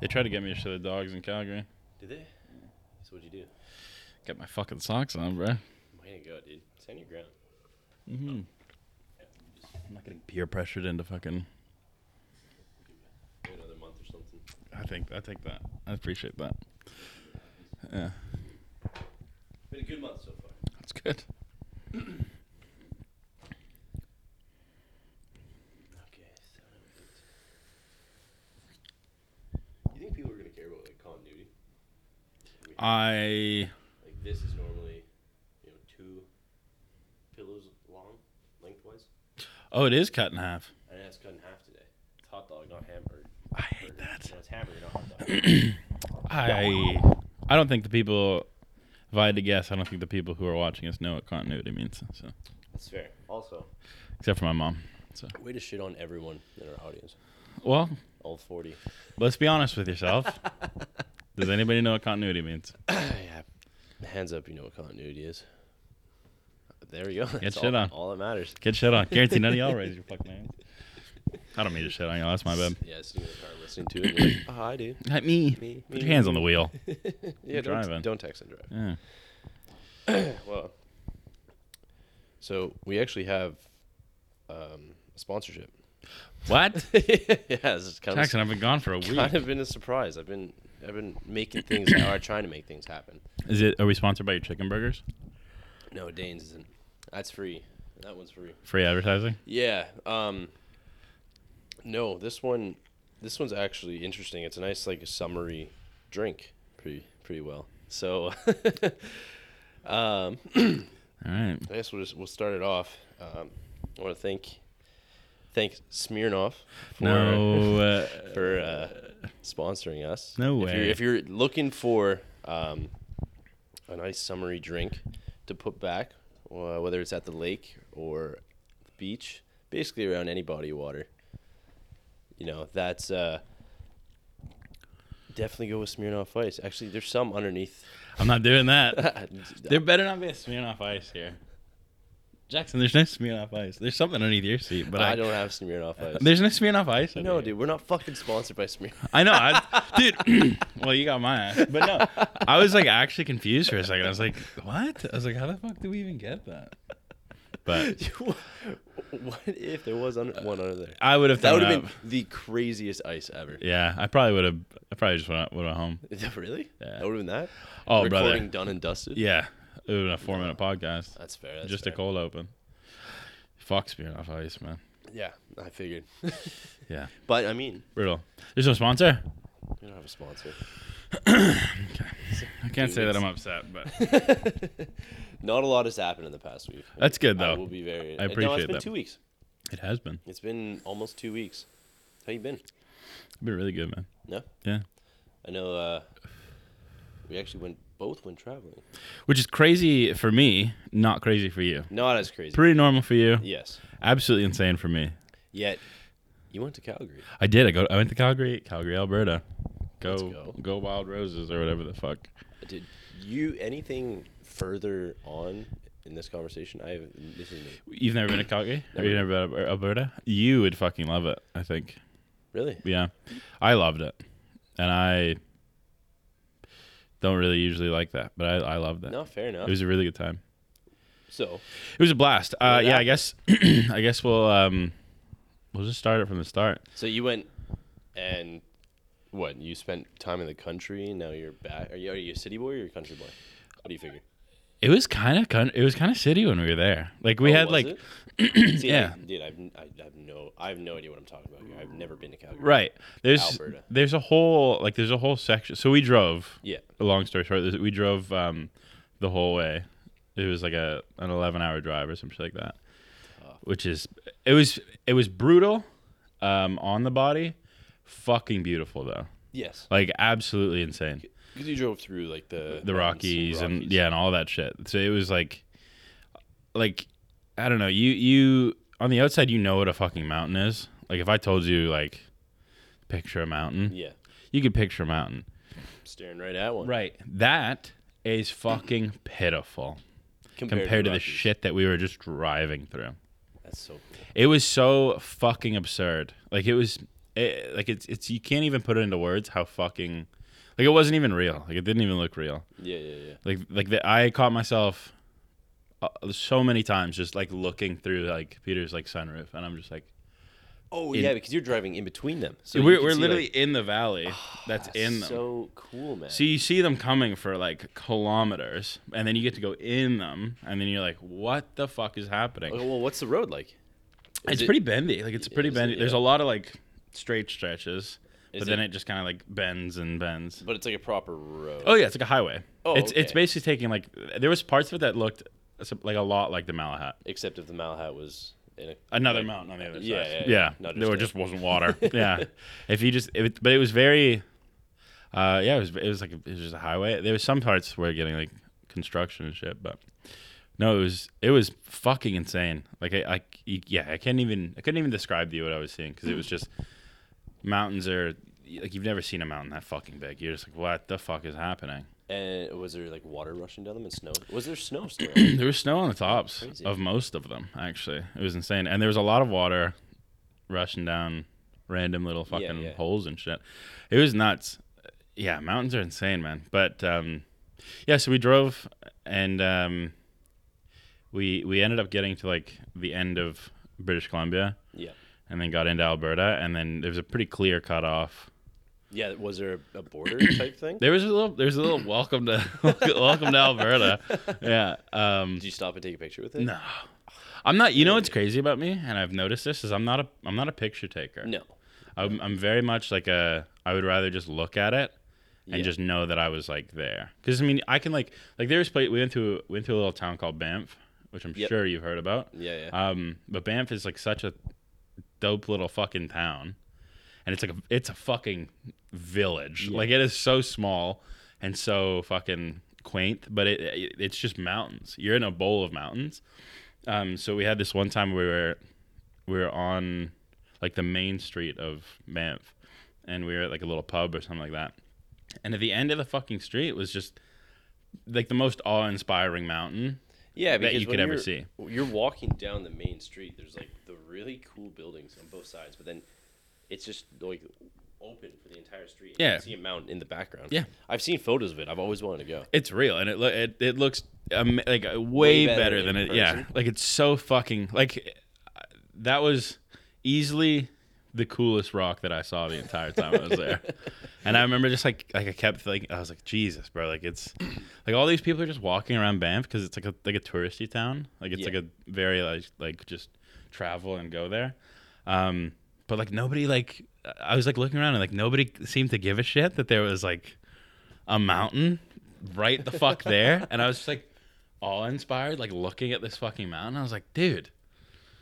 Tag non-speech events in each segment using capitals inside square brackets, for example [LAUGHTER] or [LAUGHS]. They tried to get me a shit of dogs in Calgary. Did they? So what'd you do? Get my fucking socks on, bro. Way to go, dude. Stand your ground. Mm-hmm. I'm not getting peer pressured into fucking. Wait another month or something. I think I take that. I appreciate that. Yeah, Been a good month so far. that's good. Okay, so you think people are gonna care about like Call of Duty? I Like this is normally, you know, two pillows long, lengthwise. oh, it is cut in half. And it's cut in half today. It's hot dog, not hamburger. I hate Burger. that. No, it's hamburger, not hot [CLEARS THROAT] I dog. I don't think the people. If I had to guess, I don't think the people who are watching us know what continuity means. So, That's fair. Also, except for my mom. So, way to shit on everyone in our audience. well, All forty. let's be honest with yourself. [LAUGHS] Does anybody know what continuity means? Oh, yeah. Hands up, you know what continuity is. There we go. That's shit all, on. All that matters. Get shit on. Guarantee none of y'all raise your fucking hands. I don't mean to shit on y'all. That's my bad. Yeah, sitting in the car listening to it. You're like, [COUGHS] oh, I do. Not [LAUGHS] me. Me, Put me, your hands on the wheel. yeah, driving. don't, don't text and drive. Yeah. Well, so we actually have um, a sponsorship. [LAUGHS] What? yeah, it's kind, [LAUGHS] Jackson, of, I've been gone for a week. kind of been a surprise. I've been I've been making things [COUGHS] or trying to make things happen. Is it? Are we sponsored by your chicken burgers? No, Danes isn't. That's free. That one's free. Free advertising. Yeah. Um, no, this one, this one's actually interesting. It's a nice like summery drink, pretty pretty well. So, [LAUGHS] um, All right. I guess we'll just, we'll start it off. Um, I want to thank thank Smirnoff for No. Uh, for uh, sponsoring us. No if You're, way. if you're looking for um, a nice summery drink to put back, uh, whether it's at the lake or the beach, basically around any body of water, you know that's uh, definitely go with Smirnoff Ice. Actually, there's some underneath. [LAUGHS] [LAUGHS] I'm not doing [LAUGHS] that. there, There better not be a Smirnoff Ice here. Jackson, there's no Smirnoff Ice. There's something underneath your seat, but I, [LAUGHS] I don't have Smirnoff Ice. There's no Smirnoff Ice. under No, here. dude, we're not fucking sponsored by Smear. I know, [LAUGHS] I, dude. [CLEARS THROAT] well, you got my ass, but no, I was like actually confused for a second. I was like, what? I was like, how the fuck do we even get that? But [LAUGHS] what if there was un- one under there? I would have That thrown would up. have been the craziest ice ever. Yeah, I probably would have. I probably just went, went home. [LAUGHS] really? Yeah. That would have been that. Oh, Recording brother. done and dusted. Yeah, it would have been a four minute podcast. that's fair. That's just fair. a cold open. Fuck Smirnoff Ice, man. Yeah, I figured. [LAUGHS] Yeah, but I mean, brutal. There's no sponsor. we don't have [LAUGHS] a sponsor. I can't Dude, say that it's- I'm upset, [LAUGHS] but Not a lot has happened in the past week. That's good, I though. will be very. uh, I no, appreciate it's been that. two weeks. it has been. It's been almost two weeks. How you been? It's been really good, man. No, Yeah, I know. uh We actually went both went traveling. which is crazy for me, not crazy for you. Not as crazy. Pretty normal for you. yes. Absolutely insane for me. Yet, you went to Calgary. I did. I go. I went to Calgary, Calgary, Alberta. Go, Let's go, go. wild roses or whatever the fuck. Did you anything further on in this conversation? I have this is new. You've never been to Calgary? Or Never. You've never been to Alberta? You would fucking love it. I think. really. Yeah, I loved it, and I don't really usually like that, but I, I loved it. No, fair enough. It was a really good time. so It was a blast. Uh, Well, yeah, that- I guess. [CLEARS THROAT] I guess we'll um, we'll just start it from the start. So you went and what? You spent time in the country. Now you're back. Are you, are you a city boy or a country boy? What do you figure? It was kind of it was kind of city when we were there. Like we Oh, had was like [CLEARS THROAT] it? See, yeah. I, dude, I've, n- I I have no I have no idea what I'm talking about here. I've never been to Calgary. Right. There's Alberta. there's a whole like there's a whole section. So we drove. Yeah. A long story short, there's- we drove um, the whole way. It was like a an 11 hour drive or something like that, which is it was it was brutal um, on the body, fucking beautiful though, Yes. like absolutely insane. Because you drove through like the The Rockies, and Rockies. yeah, and all that shit. So it was like, like I don't know. You you on the outside, you know what a fucking mountain is. Like if I told you like picture a mountain, Yeah. you could picture a mountain. Staring right at one. Right. That is fucking pitiful compared, to, the Rockies. shit that we were just driving through. That's so cool. It was so fucking absurd. Like it was it, like it's it's you can't even put it into words how fucking like it wasn't even real. Like it didn't even look real. Yeah, yeah, yeah. Like like the, I caught myself uh, so many times just like looking through like Peter's like sunroof, and I'm just like Oh In- yeah, because you're driving in between them. So you we're can we're see, literally like, in the valley Oh, that's in them. So cool, man. So you see them coming for like kilometers, and then you get to go in them, and then you're like, "What the fuck is happening?" Oh, well, what's the road like? Is it's it- pretty bendy. Like it's pretty is it- bendy. There's yeah. a lot of like straight stretches, Is but then it- it just kind of like bends and bends. But it's like a proper road. Oh yeah, it's like a highway. Oh, it's it's okay. basically taking like there was parts of it that looked some- like a lot like the Malahat, Except if the Malhat was in a another like- mountain on the other yeah, side. yeah, yeah. Not just there that. just wasn't [LAUGHS] water. yeah, if you just it, but it was very, uh, yeah, it was it was like a, it was just a highway. There was some parts where getting like construction and shit, but no, it was it was fucking insane. Like I, I you- yeah, I can't even I couldn't even describe to you what I was seeing because it was just mountains are like you've never seen a mountain that fucking big. You're just like, what the fuck is happening? And was there like water rushing down them and snow? Was there snow [CLEARS THROAT] still? there was snow on the tops Crazy. of most of them actually it was insane and there was a lot of water rushing down random little Yeah, fucking yeah. holes and shit it was nuts yeah mountains are insane man but um yeah so we drove and um we we ended up getting to like the end of british columbia yeah. and then got into alberta and then there was a pretty clear cutoff Yeah. Was there [CLEARS THROAT] a border type thing? there was a little there was a little welcome to [LAUGHS] welcome to alberta yeah um Did you stop and take a picture with it? No. I'm not. You know what's crazy about me, and I've noticed this is I'm not a I'm not a picture taker. No. I'm, I'm very much like a. I would rather just look at it and Yeah. just know that I was like there. Because I mean, I can like like there was place we went to went to a little town called Banff, which I'm Yep. sure you've heard about. Yeah, yeah. Um, but Banff is like such a dope little fucking town, and it's like a, it's a fucking village. Like it is so small and so fucking quaint, but it, it it's just mountains. You're in a bowl of mountains. Um, so we had this one time we were we were on like the main street of Banff, and we were at like a little pub or something like that. And at the end of the fucking street was just like the most awe-inspiring mountain. yeah, that because you when could ever you're- see. You're walking down the main street. There's like the really cool buildings on both sides, but then it's just like open for the entire street. You Yeah. can see a mountain in the background. Yeah. I've seen photos of it. I've always wanted to go. It's real, and it lo- it, it looks um, like uh, way, Way better, better than it. in Yeah, person. like it's so fucking like uh, that was easily the coolest rock that I saw the entire time I was [LAUGHS] there. And I remember just like like I kept like I was like Jesus, bro, like it's like all these people are just walking around Banff because it's like a like a touristy town. Like it's Yeah. like a very like like just travel and go there. Um, but like nobody like I was like looking around and like nobody seemed to give a shit that there was like a mountain right the fuck there. and I was just like awe inspired, like looking at this fucking mountain. I was like, dude,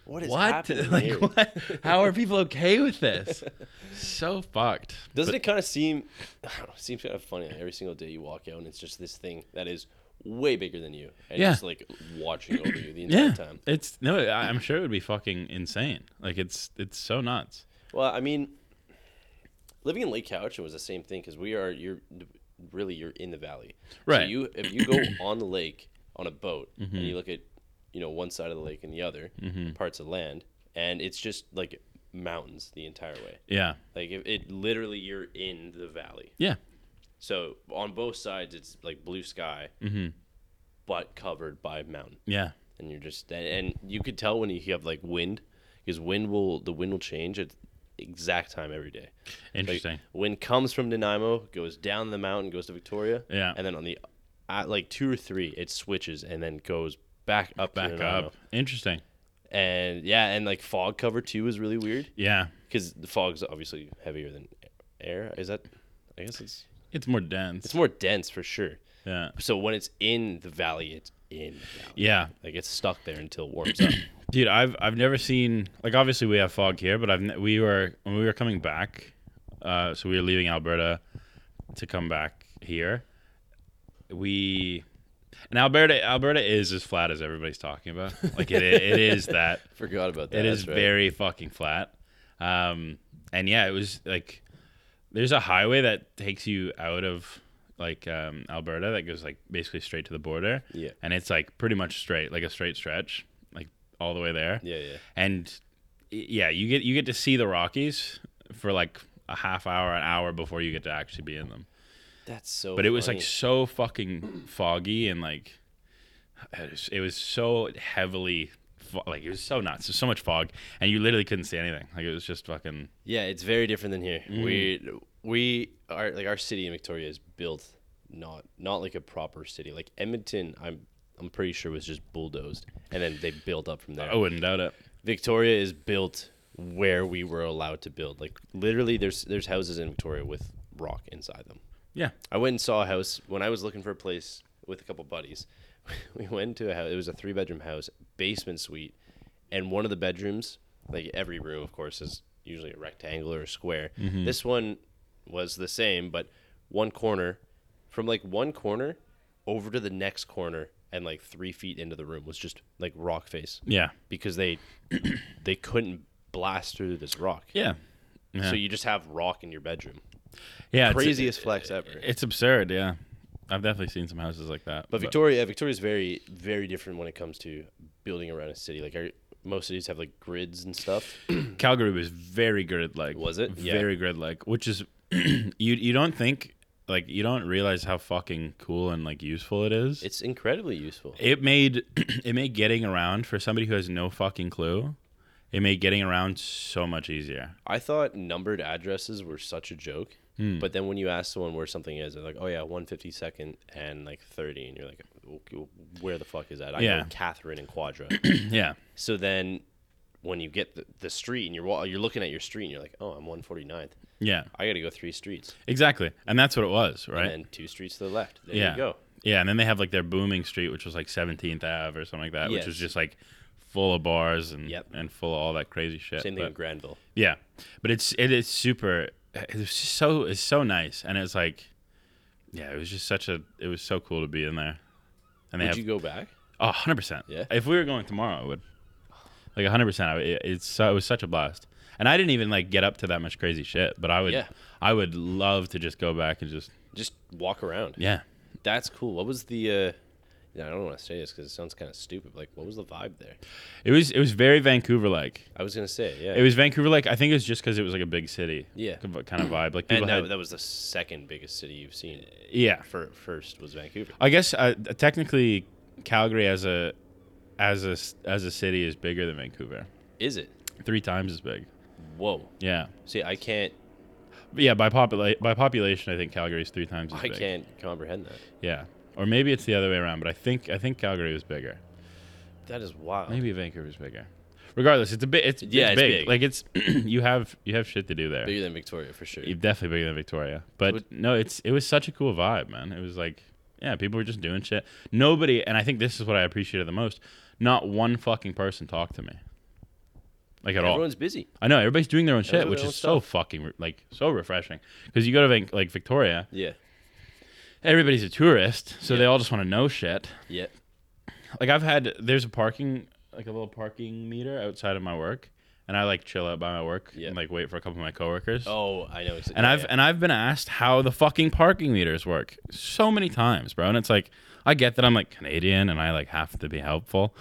What is what? [LAUGHS] happening Like, here? what? How are people okay with this? so fucked. [LAUGHS] Doesn't it kind of seem [SIGHS] I don't know, it seems kind of funny? Every single day you walk out and it's just this thing that is way bigger than you, and Yeah. just like watching over you the entire yeah, time. it's no. I- I'm sure it would be fucking insane. Like it's it's so nuts. Well, I mean, living in Lake Couch was the same thing because we are you're really you're in the valley. Right. So you if you go [COUGHS] on the lake on a boat and you look at you know one side of the lake and the other parts of land, and it's just like mountains the entire way. Yeah, Like it, it literally you're in the valley. yeah, So on both sides, it's like blue sky, but covered by mountain. yeah, And you're just and, and you could tell when you have like wind, because wind will the wind will change at exact time every day. Like, interesting. wind comes from Nanaimo, goes down the mountain, goes to Victoria. Yeah. And then on the at like two or three, it switches and then goes back up to Back Nanaimo. up. Interesting. And yeah, and like fog cover too is really weird Yeah, because the fog's obviously heavier than air. Is that? I guess it's it's more dense. it's more dense for sure. yeah, So when it's in the valley, it's in. The valley. yeah. Like it's stuck there until it [COUGHS] warms up. Dude, I've I've never seen like obviously we have fog here, but I've ne- we were when we were coming back, uh, so we were leaving Alberta to come back here. We and Alberta Alberta is as flat as everybody's talking [LAUGHS] about. Like it it is that Forgot about that. it is that's right. very fucking flat. Um, and yeah, it was like there's a highway that takes you out of like um, Alberta that goes like basically straight to the border. Yeah. and it's like pretty much straight, like a straight stretch, like all the way there. Yeah, yeah. and y- yeah, you get you get to see the Rockies for like a half hour, an hour before you get to actually be in them. That's so. But it was like funny. so fucking foggy and like it was, it was so heavily fo- like it was so nuts. There's so much fog, and you literally couldn't see anything. Like it was just fucking. yeah, it's very different than here. We we are like our city in Victoria is built not not like a proper city. Like Edmonton, I'm I'm pretty sure was just bulldozed, and then they built up from there. I wouldn't doubt it. Victoria is built where we were allowed to build. Like literally, there's there's houses in Victoria with rock inside them. Yeah, I went and saw a house when I was looking for a place with a couple buddies. [LAUGHS] We went to a house. It was a three bedroom house, basement suite, and one of the bedrooms, like every room, of course, is usually a rectangle or a square. This one was the same, but one corner, from like one corner over to the next corner, and like three feet into the room was just like rock face yeah, because they [COUGHS] they couldn't blast through this rock. yeah, Yeah. So you just have rock in your bedroom. yeah. it's- Craziest flex ever. It's absurd, yeah. I've definitely seen some houses like that. But Victoria, Victoria's very, very different when it comes to building around a city. Like our, most cities have like grids and stuff. Calgary was very grid like. Was it? Yeah. Very grid like, which is [CLEARS THROAT] you you don't think like you don't realize how fucking cool and like useful it is. It's incredibly useful. it made [CLEARS THROAT] it made getting around for somebody who has no fucking clue. It made getting around so much easier. [CLEARS THROAT] I thought numbered addresses were such a joke, Hmm. but then when you ask someone where something is, they're like, "Oh yeah, one fifty second and like 30. and you're like, okay, "Where the fuck is that?" I know Yeah. Catherine [COUGHS] and Quadra. yeah. so then, when you get the, the street and you're wa- you're looking at your street and you're like, "Oh, I'm 149th. Yeah. I got to go three streets Exactly. And that's what it was, right? and then two streets to the left. There yeah. you go." Yeah, and then they have like their booming street, which was like 17th Ave or something like that, Yes. which was just like full of bars and Yep. and full of all that crazy shit. Same thing But- in Granville. Yeah, but it's it is super. It's just so it's so nice, and it's like, yeah, it was just such a. It was so cool to be in there, and they Would have you go back? oh, 100 percent. Yeah. if we were going tomorrow, I would. Like hundred percent, it's so- it was such a blast, and I didn't even like get up to that much crazy shit. But I would, Yeah. I would love to just go back and just just walk around. yeah, That's cool. What was the? uh yeah, I don't want to say this because it sounds kind of stupid. but, Like, what was the vibe there? it was it was very Vancouver like. I was gonna say, yeah. It was Vancouver like. I think it was just because it was like a big city, Yeah. kind of vibe. Like people and had, that, that was the second biggest city you've seen. yeah, For first was Vancouver. I guess uh, technically Calgary as a as a as a city is bigger than Vancouver. Is it? Three times as big. Whoa. Yeah. See, I can't. But yeah, by popula- by population I think Calgary is 3 times as I big. can't comprehend that. Yeah. Or maybe it's the other way around, but I think I think Calgary was bigger. That is wild. Maybe Vancouver's bigger. Regardless, it's a bit it's, Yeah, it's big. big. Like it's [CLEARS THROAT] you have you have shit to do there. bigger than Victoria for sure. You're definitely bigger than Victoria. But Would- no, it's it was such a cool vibe, man. It was like yeah, people were just doing shit. Nobody, and I think this is what I appreciated the most. Not one fucking person talked to me, like at all. Everyone's busy. I know everybody's doing their own Everyone's shit, which doing is their own so fucking re- like so refreshing. Because you go to Van- like Victoria, Yeah. everybody's a tourist, so Yeah. they all just want to know shit. Yeah. Like I've had there's a parking like a little parking meter outside of my work, and I like chill out by my work Yeah. and like wait for a couple of my coworkers. Oh, I know. exa- And yeah, I've yeah. and I've been asked how the fucking parking meters work so many times, bro. And it's like I get that I'm like Canadian and I like have to be helpful.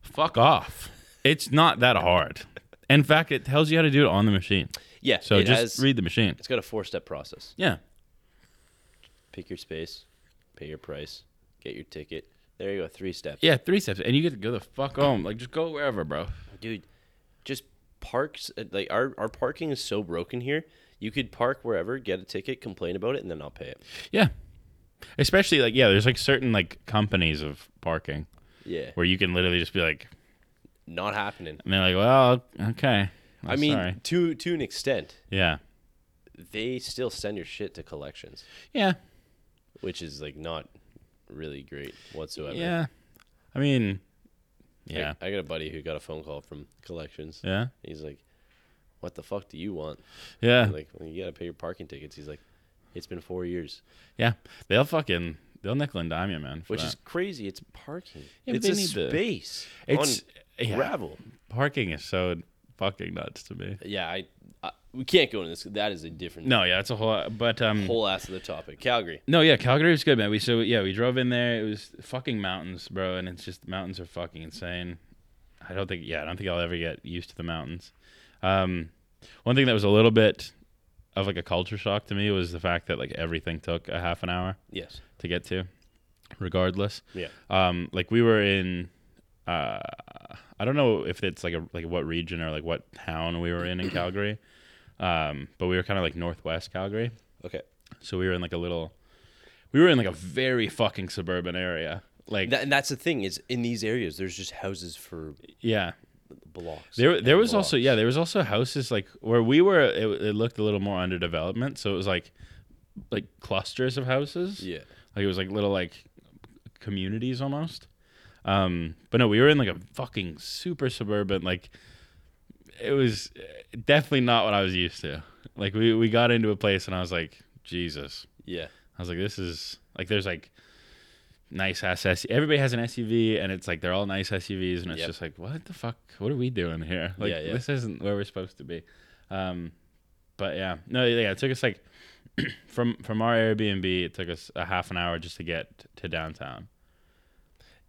Fuck off. It's not that hard. In fact, it tells you how to do it on the machine. yeah. So it just has- read the machine. It's got a four step process. Yeah. Pick your space, pay your price, get your ticket. There you go. Three steps. Yeah, three steps. And you get to go the fuck home. Like just go wherever, bro. dude just parks uh, like our, our parking is so broken here you could park wherever get a ticket complain about it and then not pay it Yeah. Especially like yeah, there's like certain like companies of parking yeah where you can literally just be like not happening and they're like, Well, okay. I'm i mean sorry. to to an extent Yeah. they still send your shit to collections Yeah. which is like not really great whatsoever Yeah. I mean, I- yeah. I, got a buddy who got a phone call from collections Yeah. he's like what the fuck do you want [LAUGHS] Yeah. I'm like well, you gotta pay your parking tickets he's like it's been four years Yeah. They'll fucking, they'll nickel and dime you, man. for which that. is crazy it's parking Yeah, but it's they a need to- space It's- on yeah. gravel parking is so fucking nuts to me. Yeah, I, I we can't go into this. That is a different No, yeah, it's a whole, but, um, whole ass of the topic. Calgary. no, yeah, Calgary was good, man. We, so, yeah, we drove in there. It was fucking mountains, bro. And it's just, mountains are fucking insane. I don't think, yeah, I don't think I'll ever get used to the mountains. Um, One thing that was a little bit of like a culture shock to me was the fact that like everything took a half an hour Yes. to get to, regardless. Yeah. Um, like we were in, uh, I don't know if it's like a like what region or like what town we were in in Calgary, um, but we were kind of like northwest Calgary, Okay. so we were in like a little, we were in like a very fucking suburban area. Like That, and that's the thing is in these areas there's just houses for yeah, blocks. There, there and was also blocks. yeah, there was also houses like where we were. It, it looked a little more under development, so it was like like clusters of houses. Yeah. like it was like little like communities almost. Um, but no, we were in like a fucking super suburban. Like it was eh, definitely not what I was used to. Like we we got into a place and I was like, Jesus. Yeah. I was like, this is like there's like nice ass SUV. Everybody has an SUV, and it's like they're all nice SUVs, and it's Yep. just like, what the fuck? What are we doing here? Like Yeah, yeah. this isn't where we're supposed to be. Um, but yeah, no, yeah, it took us like [CLEARS THROAT] from from our Airbnb, it took us a half an hour just to get to downtown.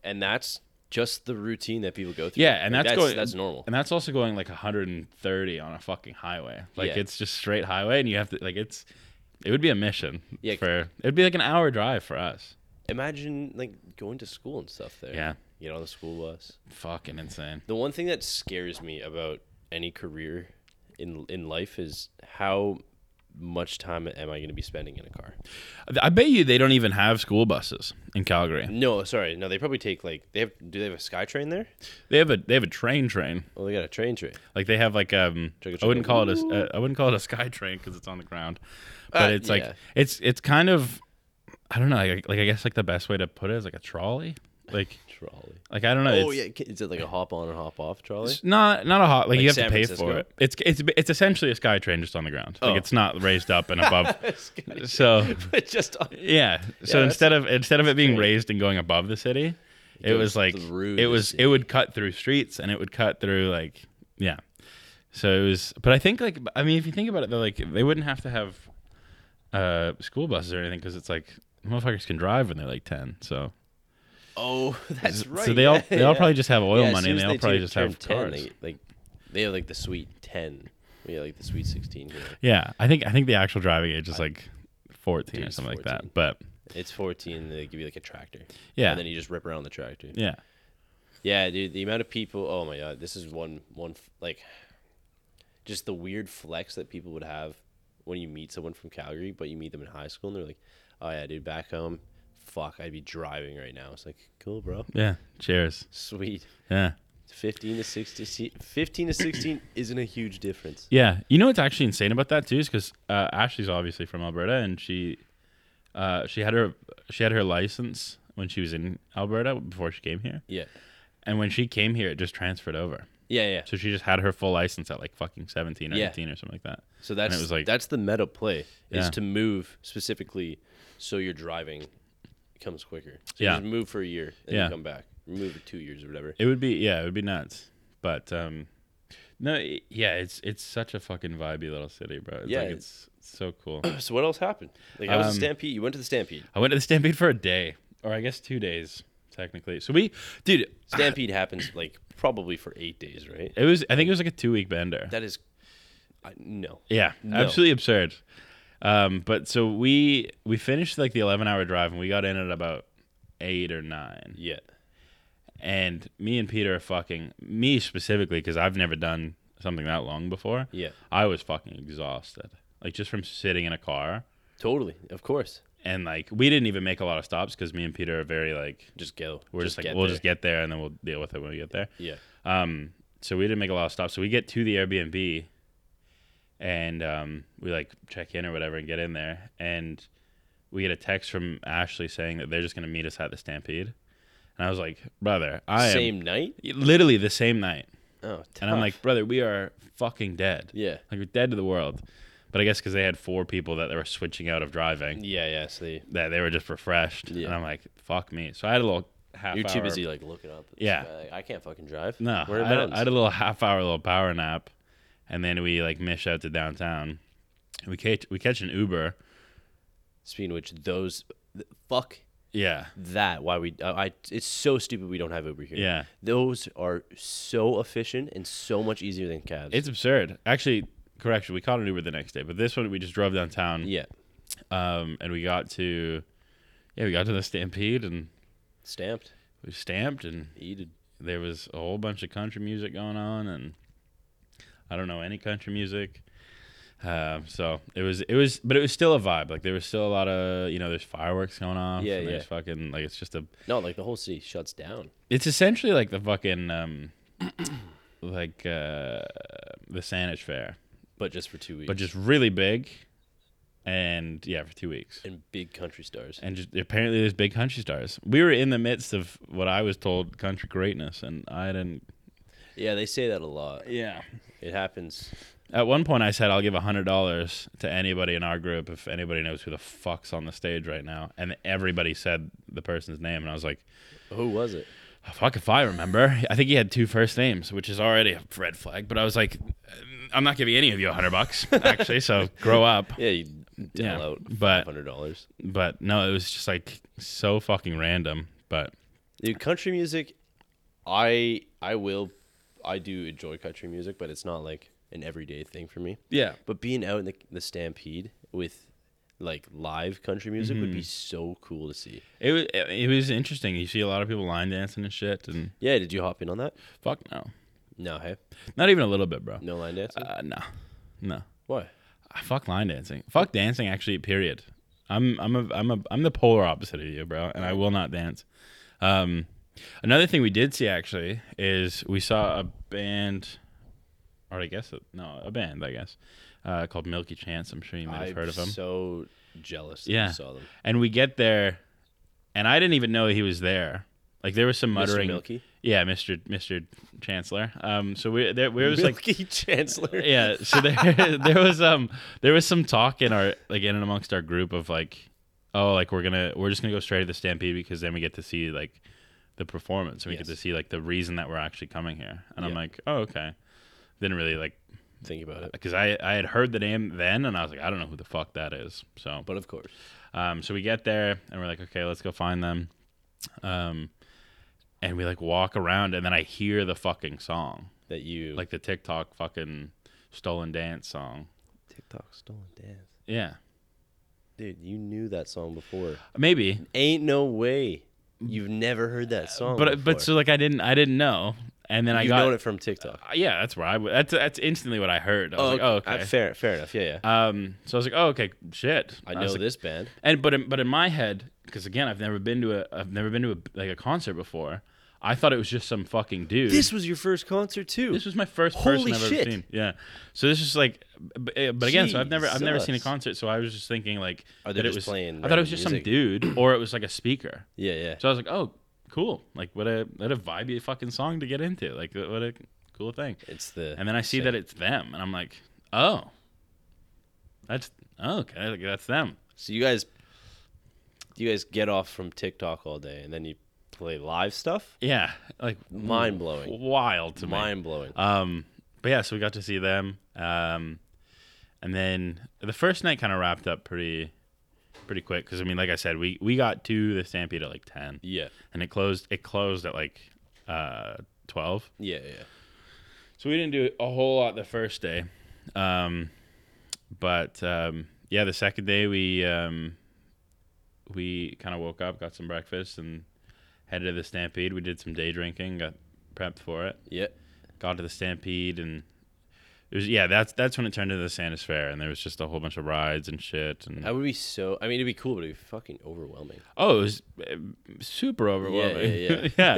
And that's just the routine that people go through. Yeah, and Like, that's, that's going that's normal. and that's also going like 130 on a fucking highway. Like Yeah. it's just straight highway, and you have to like it's. It would be a mission. Yeah. For it'd be like an hour drive for us. Imagine like going to school and stuff there. Yeah. You know, the school bus. Fucking insane. The one thing that scares me about any career in in life is how much time am I going to be spending in a car? I bet you they don't even have school buses in Calgary. No, sorry, no. They probably take like they have. Do they have a SkyTrain there? They have a they have a train train. Well, they got a train train. Like they have like um Chugga I wouldn't chugga. call it a I I wouldn't call it a sky train because it's on the ground, but Uh, it's like yeah. it's it's kind of I don't know like, like I guess like the best way to put it is like a trolley. Like Trolley. like I don't know. oh it's, yeah, ca- is it like a hop on and hop off [LAUGHS] trolley? It's not not a hot like, Like you have San to pay Francisco. for it. It's it's it's essentially a sky train just on the ground. Like Oh. it's not raised up [LAUGHS] and above. so But [LAUGHS] just on, Yeah. So that's- instead of instead of it being raised and going above the city, it goes was like through it the was it would cut through streets and it would cut through like yeah. So it was, but I think like I mean, if you think about it, though, like they wouldn't have to have uh school buses or anything because it's like motherfuckers can drive when they're like ten. So oh, that's right. so they all [LAUGHS] yeah, they all yeah. probably just have oil Yeah, as money soon and as they all probably turn- just have turn cars. They, like they have like the sweet ten. We have like the sweet sixteen here. yeah, I think I think the actual driving age is like fourteen Dude, or it's something like 14. that. But It's fourteen. They give you like a tractor. yeah, And then you just rip around the tractor. yeah, Yeah, dude, the amount of people. Oh my god, this is one one f- like, just the weird flex that people would have when you meet someone from Calgary, but you meet them in high school and they're like, "Oh yeah, dude, back home, fuck, I'd be driving right now." It's like, cool, bro, yeah. Cheers. sweet. Yeah. Fifteen to sixteen, fifteen to sixteen [CLEARS THROAT] isn't a huge difference. Yeah, you know what's actually insane about that too is because uh, Ashley's obviously from Alberta, and she uh, she had her she had her license when she was in Alberta before she came here, Yeah, and when she came here, it just transferred over. yeah, yeah. So she just had her full license at like fucking seventeen or Yeah. eighteen or something like that. So that's was like- that's the meta play is Yeah. to move specifically, so your driving comes quicker. So Yeah. you just move for a year and Yeah. you come back. Move for two years or whatever. It would be yeah, it would be nuts, but um, no, it- yeah, it's it's such a fucking vibey little city, bro. It's Yeah, like it- it's so cool. So what else happened? Like I was Um, the Stampede. You went to the [COUGHS] Stampede. I went to the Stampede for a day, or I guess two days technically. So we, dude, Stampede happens like probably for eight days, right? it was I think it was like a two week bender. That is, I, no. Yeah, No. absolutely absurd. Um, but so we we finished like the eleven hour drive and we got in at about eight or nine. Yeah. And me and Peter are fucking me specifically because I've never done something that long before. Yeah. I was fucking exhausted, like just from sitting in a car. Totally. Of course. And like we didn't even make a lot of stops because me and Peter are very like Just go. we're just, like get we'll there. just get there and then we'll deal with it when we get there. Yeah. Um, so we didn't make a lot of stops. So we get to the Airbnb, and um, we like check in or whatever, and get in there, and we get a text from Ashley saying that they're just gonna meet us at the Stampede, and I was like, brother, I Same night. am literally the same night, Oh. and I'm tough. like, brother, we are fucking dead, Yeah. like we're dead to the world. But I guess because they had four people that they were switching out of driving, Yeah. Yeah. So they, that they were just refreshed, Yeah. and I'm like, fuck me. So I had a little half. you're too hour- busy like looking up. at the Yeah. sky, like, I can't fucking drive. No, We're in I had, a- mountains. I had a little half hour little power nap, and then we like mish out to downtown. We catch we catch an Uber. Speaking of which, those th- fuck Yeah, that. Why we? uh, I, I. It's so stupid. We don't have Uber here. yeah, Those are so efficient and so much easier than cabs. it's absurd. Actually, correction, we caught an Uber the next day, but this one we just drove downtown. Yeah. Um, and we got to, yeah, we got to the Stampede and Stamped. we stamped and Eated. there was a whole bunch of country music going on and I don't know any country music. Um, so it was it was but it was still a vibe. Like there was still a lot of you know, there's fireworks going off. Yeah, and yeah. there's fucking like it's just a No, like the whole city shuts down. it's essentially like the fucking um [CLEARS THROAT] like uh the Sanish fair. But just for two weeks. But just really big and yeah, for two weeks. and big country stars. And just, apparently there's big country stars. We were in the midst of what I was told country greatness and I didn't Yeah, they say that a lot. Yeah. It happens. At one point, I said I'll give hundred dollars to anybody in our group if anybody knows who the fuck's on the stage right now, and everybody said the person's name, and I was like, "Oh, Who was it? "Fuck if I remember." I think he had two first names, which is already a red flag. But I was like, "I'm not giving any of you a hundred bucks, actually." So grow up. Yeah, you Yeah, dell out but- five hundred dollars. But no, it was just like so fucking random. But Dude, country music, I I will, I do enjoy country music, but it's not like an everyday thing for me. yeah, But being out in the, the stampede with like live country music would be Mm-hmm. so cool to see. it was it was interesting. You see a lot of people line dancing and shit, and Yeah, did you hop in on that? fuck no, No, hey, not even a little bit, bro. no line dancing. Uh, no, no. Why? I fuck line dancing. Fuck dancing. Actually, period. I'm I'm a I'm a I'm the polar opposite of you, bro, and I will not dance. Um, another thing we did see actually is we saw a band, or I guess it, no, a band I guess, uh, called Milky Chance. I'm sure you might have I'm heard of them. So jealous. That Yeah. you saw them. and we get there, and I didn't even know he was there. Like there was some Mr. muttering. Milky. Yeah, Mr. Mr. Chancellor. Um, so we there, we was like [LAUGHS] Milky Chancellor. yeah so there [LAUGHS] there was um there was some talk in our like in and amongst our group of like oh like we're gonna we're just gonna go straight to the stampede because then we get to see like the performance and we get Yes. to see like the reason that we're actually coming here and i'm Yeah. like oh okay didn't really like Think about it. because i i had heard the name then and i was like i don't know who the fuck that is so But of course, um, so we get there and we're like, okay, let's go find them. Um, and we like walk around and then I hear the fucking song, that you like the TikTok fucking stolen dance song. TikTok stolen dance. Yeah, Dude, you knew that song before. maybe. Ain't no way you've never heard that song. Uh, But before. but so like I didn't I didn't know, and then I you've got known it from TikTok. yeah that's where I w- that's that's instantly what I heard. I was like, oh Uh, okay. fair, fair enough. Yeah, yeah. Um, so I was like, oh okay, shit. I was know like- this band. And but in, but in my head, because again, I've never been to a I've never been to a like a concert before. I thought it was just some fucking dude. This was your first concert too. This was my first Holy person I've shit. ever seen. Yeah. So this is like, but, uh, but again, so I've never I've never seen a Jesus. concert, so I was just thinking like Are they that it just was playing I thought it was just random music? some dude, or it was like a speaker. yeah, yeah. So I was like, oh, cool. Like what a what a vibey fucking song to get into. Like what a cool thing. It's the And then I see that it's them, and I'm like, oh, that's oh, okay, like, that's them. so you guys, you guys get off from TikTok all day, and then you play live stuff. Yeah, like Mind blowing. wild to me. Mind blowing. Um, but yeah, so we got to see them. Um, and then the first night kind of wrapped up pretty, pretty quick. Cause I mean, like I said, we, we got to the Stampede at like 10 yeah, and it closed, it closed at like, uh, 12. yeah, yeah. So we didn't do a whole lot the first day. Um, but, um, yeah, the second day we, um, we kind of woke up, got some breakfast and headed to the Stampede. We did some day drinking, got prepped for it Yeah. got to the Stampede and it was yeah, that's that's when it turned into the Santa's Fair and there was just a whole bunch of rides and shit and That would be so. I mean, it'd be cool, but it'd be fucking overwhelming. oh, it was uh, super overwhelming. yeah, [LAUGHS] yeah.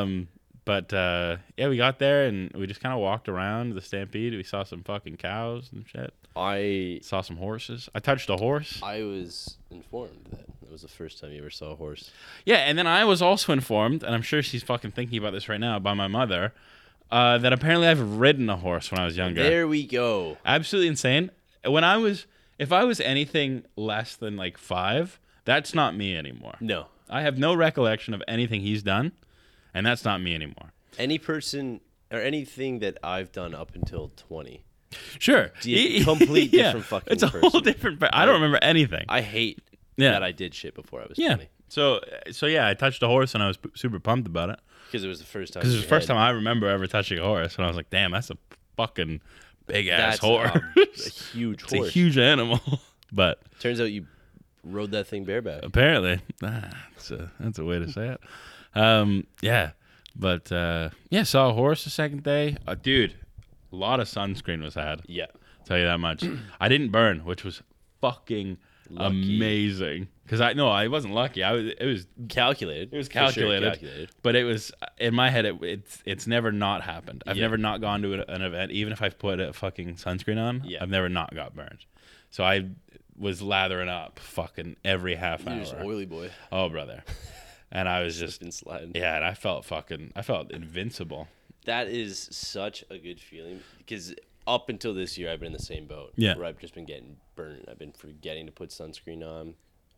Um but uh yeah, we got there and we just kind of walked around the Stampede. We saw some fucking cows and shit. I Saw some horses. I touched a horse. I was informed that it was the first time you ever saw a horse. Yeah, and then I was also informed, and I'm sure she's fucking thinking about this right now by my mother, uh, that apparently I've ridden a horse when I was younger. There we go. absolutely insane. When I was, if I was anything less than like five, that's not me anymore. No, I have no recollection of anything he's done, and that's not me anymore. any person or anything that I've done up until 20. Sure, Di- [LAUGHS] complete different fucking It's a whole person. different. per- I don't remember anything. I hate Yeah. that I did shit before I was yeah. 20 So, uh, so yeah, I touched a horse and I was p- super pumped about it because it was the first time. because it was the first time I remember ever touching a horse, and I was like, "Damn, that's a fucking big ass That's horse. um, a [LAUGHS] huge it's a horse. huge animal. [LAUGHS] But Turns out you rode that thing bareback. Um, apparently, [LAUGHS] ah, that's a that's a way to say it. Um, yeah, but uh, yeah, saw a horse the second day. Uh, dude, a lot of sunscreen was had. Yeah. Tell you that much. [CLEARS THROAT] I didn't burn, which was fucking Lucky. amazing. Because I no, I wasn't lucky. I was it was Calculated. It was For sure calculated, calculated. but it was in my head. It, it's it's never not happened. I've Yeah. never not gone to an, an event, even if I've put a fucking sunscreen on. Yeah. I've never not got burned. So I was lathering up fucking every half You're just hour. oily boy. Oh [LAUGHS] brother, and I was just Been sliding. yeah, and I felt fucking I felt invincible. That is such a good feeling because up until this year, I've been in the same boat. Yeah. Where I've just been getting burned. I've been forgetting to put sunscreen on,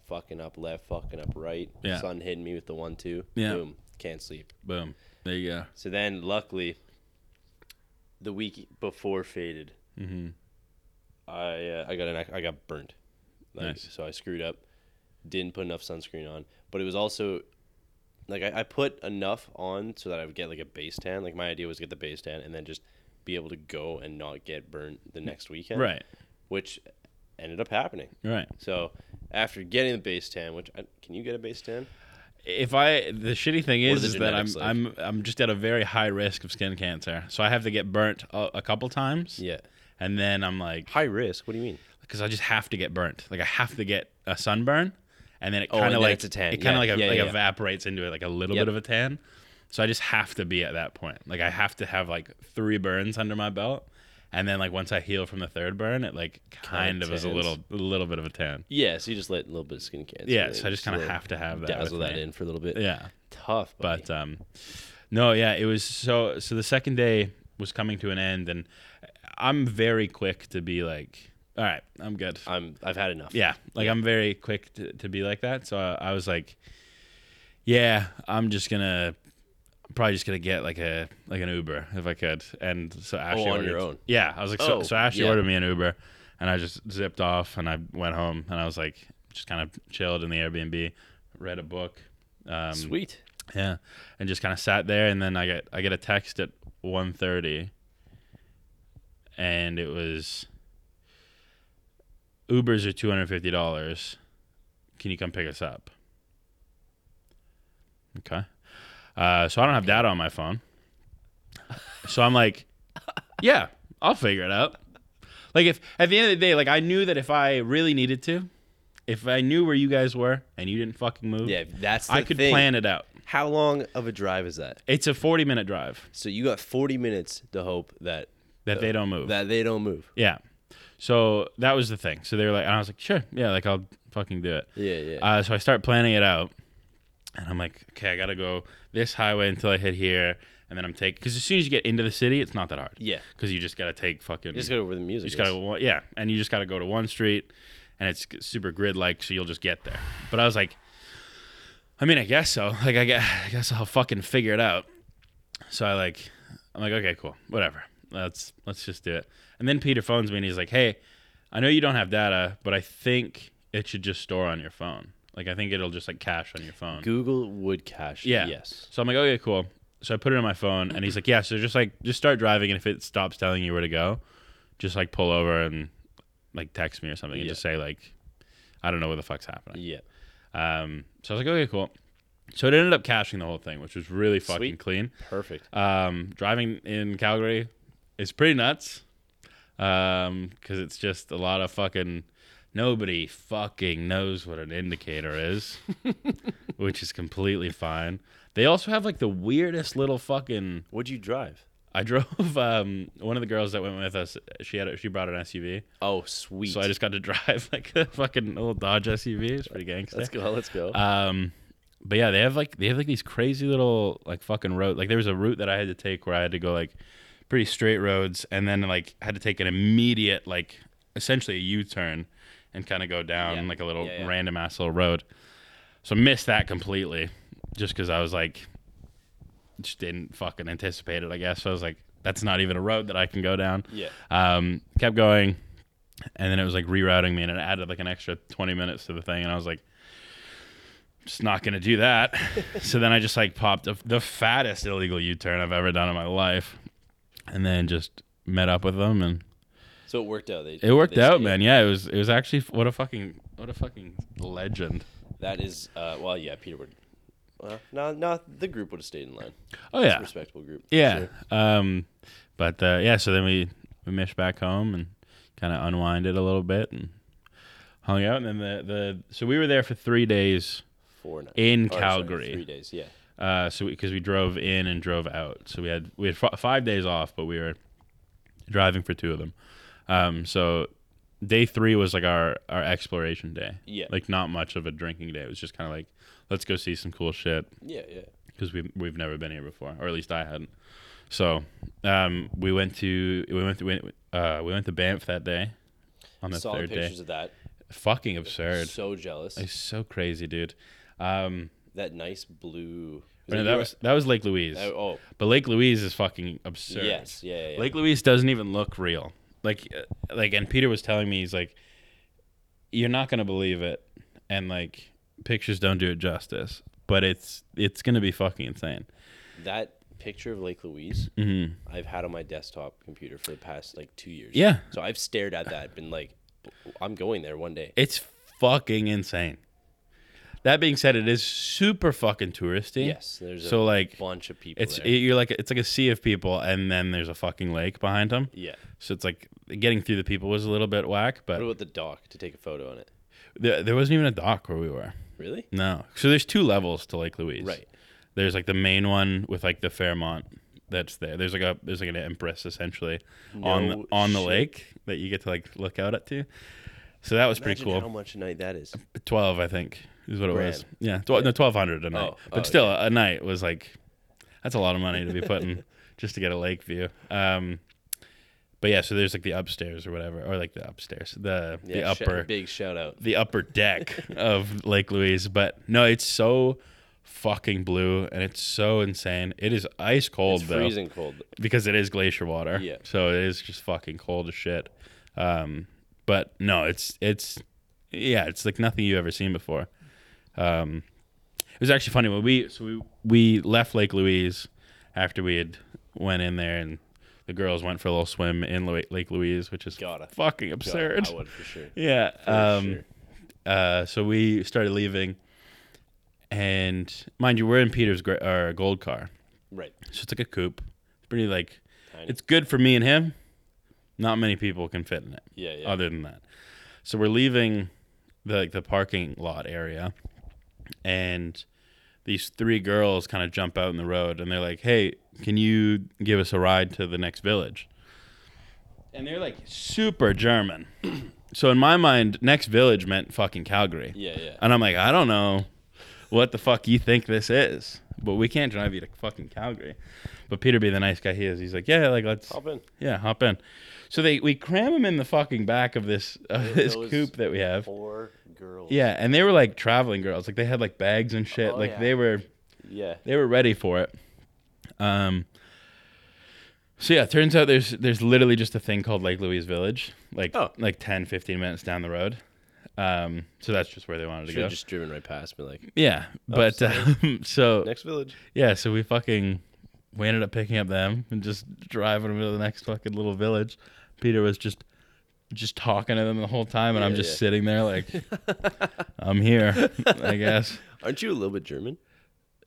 fucking up left, fucking up right. Yeah. Sun hitting me with the one, two. Yeah. Boom. Can't sleep. Boom, there you go. So then, luckily, the week before faded, mm-hmm. I uh, I got an, I got burnt. Like, Nice. So I screwed up. Didn't put enough sunscreen on, but it was also like I, I put enough on so that I would get like a base tan. Like my idea was get the base tan and then just be able to go and not get burnt the next weekend. Right, Which ended up happening. right. So after getting the base tan, which I, can you get a base tan? If I the shitty thing What is are is the that I'm genetics like? I'm I'm just at a very high risk of skin cancer, so I have to get burnt a, a couple times. Yeah. And then I'm like, High risk. What do you mean? because I just have to get burnt. Like I have to get a sunburn, and then it Oh, kind and of then like it's a tan. It kind Yeah. of like, Yeah, like yeah, yeah. evaporates into it, like a little Yep. bit of a tan. So I just have to be at that point. Like I have to have like three burns under my belt, and then like once I heal from the third burn, it like kind of is a tans. little a little bit of a tan. Yeah, so you just let a little bit of skin cancer. Yeah, in, so I just kind of let- have to have that. dazzle with that me. in for a little bit. Yeah, Tough, buddy. but um, no, yeah, it was so. So the second day was coming to an end, and I'm very quick to be like, all right, I'm good. I'm I've had enough. Yeah, like I'm very quick to, to be like that. So I, I was like, yeah, I'm just gonna probably just gonna get like a like an Uber if I could. And so Ashley Oh, on ordered, your own? Yeah, I was like, so, Oh, so Ashley yeah. ordered me an Uber, and I just zipped off and I went home and I was like, just kind of chilled in the Airbnb, read a book. Um, Sweet. yeah, and just kind of sat there, and then I get I get a text at 1.30, and it was Ubers are two hundred fifty dollars. Can you come pick us up? Okay, uh, so I don't have data on my phone, so I'm [LAUGHS] like, yeah, I'll figure it out. Like if at the end of the day, like I knew that if I really needed to, if I knew where you guys were and you didn't fucking move, Yeah, that's the I could thing. plan it out. How long of a drive is that? It's a 40 minute drive So you got 40 minutes to hope that that they don't move. that they don't move. yeah. So that was the thing. So they were like, and I was like, sure. Yeah, like I'll fucking do it. Yeah, yeah. Uh, so I start planning it out. And I'm like, okay, I got to go this highway until I hit here. And then I'm taking, because as soon as you get into the city, it's not that hard. Yeah. Because you just got to take fucking. you just got over the music. You just gotta, wa- yeah, and you just gotta go to one street, and it's g- super grid like, so you'll just get there. But I was like, I mean, I guess so. Like, I guess, I guess I'll fucking figure it out. So I like, I'm like, okay, cool, whatever. Let's let's just do it. And then Peter phones me and he's like, hey, I know you don't have data, but I think it should just store on your phone. Like, I think it'll just like cache on your phone. Google would cache. Yeah. Yes. So I'm like, okay, cool. So I put it on my phone, and he's like, yeah. So just like, just start driving, and if it stops telling you where to go, just like pull over and like text me or something, and Yeah. just say like, I don't know what the fuck's happening. Yeah. Um. So I was like, okay, cool. So it ended up caching the whole thing, which was really fucking Sweet. clean. Perfect. Um, driving in Calgary is pretty nuts. Um, because it's just a lot of fucking nobody fucking knows what an indicator is, which is completely fine. They also have like the weirdest little fucking. Would you drive? I drove [LAUGHS] um one of the girls that went with us. She had a, she brought an SUV, Oh, sweet. so I just got to [LAUGHS] drive like a fucking little Dodge SUV. It's pretty gangster. [LAUGHS] let's go. Let's go. Um, but yeah, they have like they have like these crazy little like fucking road. Like there was a route that I had to take where I had to go like pretty straight roads, and then like had to take an immediate like essentially a U turn and kind of go down Yeah. like a little Yeah, yeah. random ass little road. So missed that completely, just because I was like, just didn't fucking anticipate it. I guess so I was like, that's not even a road that I can go down. yeah. Um, kept going, and then it was like rerouting me, and it added like an extra twenty minutes to the thing, and I was like, just not gonna do that. so then I just like popped a, the fattest illegal U turn I've ever done in my life, and then just met up with them, and So it worked out. They, It worked they out, stayed. man. Yeah, it was it was actually what a fucking what a fucking legend. That is, uh, well, yeah, Peter would. Well, no, no, the group would have stayed in line. Oh It's a yeah, respectable group. for yeah. sure. Um, but uh, yeah, so then we we mished back home and kind of unwinded a little bit and hung out. And then the the so we were there for three days. Four nights In Or, Oh, sorry, Calgary. three days. Yeah, Uh, so because we, drove in and drove out, so we had we had f- five days off, but we were driving for two of them. Um, so day three was like our our exploration day. Yeah. like not much of a drinking day. It was just kind of like let's go see some cool shit yeah, yeah. because we we've never been here before, or at least I hadn't. So um, we went to we went to we, uh, we went to Banff that day on the Solid third day. pictures of that. Fucking absurd! So jealous. It's so crazy, dude. Um, That nice blue. no, it that your- was that was Lake Louise. that- oh, But Lake Louise is fucking absurd. yes, yeah, yeah. yeah. Lake Louise doesn't even look real. Like, uh, like, and Peter was telling me he's like, you're not gonna believe it, and like, pictures don't do it justice. But it's it's gonna be fucking insane. that picture of Lake Louise, Mm-hmm. I've had on my desktop computer for the past like two years. Yeah, So I've stared at that, been like, I'm going there one day. it's fucking insane. That being said, it is super fucking touristy. Yes, there's So a like, bunch of people. it's there. you're like it's like a sea of people, and then there's a fucking lake behind them. yeah. So it's like getting through the people was a little bit whack, but What about the dock to take a photo on it? there, there wasn't even a dock where we were. Really? No. So there's two levels to Lake Louise. Right. There's like the main one with like the Fairmont that's there. There's like a there's like an empress essentially on the, No on the shit. lake that you get to like look out at to. So that was Imagine pretty cool. How much a night that is? Twelve, I think, is what it was. Grand. Yeah, tw- no, twelve hundred a night. Oh, but oh, still, a night was like that's a lot of money to be [LAUGHS] putting just to get a lake view. Um, but yeah, so there's like the upstairs or whatever, or like the upstairs, the the Yeah, sh- upper big shout out. the upper deck of Lake Louise, but no, it's so fucking blue and it's so insane. It is ice cold It's though freezing cold. because it is glacier water. Yeah. So it is just fucking cold as shit. Um, but no, it's it's yeah, it's like nothing you've ever seen before. Um, it was actually funny when we so we we left Lake Louise after we had went in there and the girls went for a little swim in Lo- Lake Louise, which is Gotta. fucking God, absurd. I would for sure. Yeah. For um, sure. uh, so we started leaving, and mind you, we're in Peter's gra- or gold car, Right. so it's like a coupe. It's pretty like Tiny. it's good for me and him. Not many people can fit in it. Yeah, yeah. Other than that, so we're leaving the like the parking lot area, and these three girls kind of jump out in the road, and they're like, "Hey, can you give us a ride to the next village?" And they're like super German. [CLEARS THROAT] so in my mind, next village meant fucking Calgary. yeah, yeah. And I'm like, I don't know what the fuck you think this is, but we can't drive you to fucking Calgary. But Peter, be the nice guy he is, he's like, yeah, like let's, Hop in. yeah, hop in. So they we cram him in the fucking back of this [LAUGHS] of this those- coupe that we have. Four girls. Yeah, and they were like traveling girls, like they had like bags and shit, Oh, like yeah. they were Yeah. they were ready for it. Um. So yeah, turns out there's there's literally just a thing called Lake Louise Village, like Oh. like 10, 15 minutes down the road. Um, so that's just where they wanted to Should go. have just driven right past me, like Yeah, but sorry. um, [LAUGHS] so next village. yeah, so we fucking we ended up picking up them and just driving them to the next fucking little village. Peter was just just talking to them the whole time, and I'm Yeah, just yeah. sitting there [LAUGHS] like, I'm here, I guess. Aren't you a little bit German?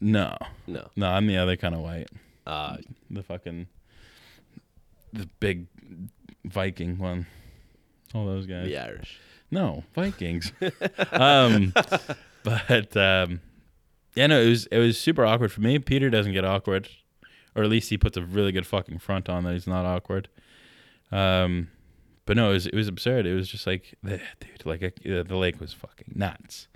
No, No. no, I'm the other kind of white, Uh, the fucking the big Viking one, all those guys. the Irish. No, Vikings. [LAUGHS] um, but um, yeah, no, it was it was super awkward for me. Peter doesn't get awkward, or at least he puts a really good fucking front on that he's not awkward. Um, but no, it was it was absurd. It was just like, eh, dude, like I, uh, the lake was fucking nuts.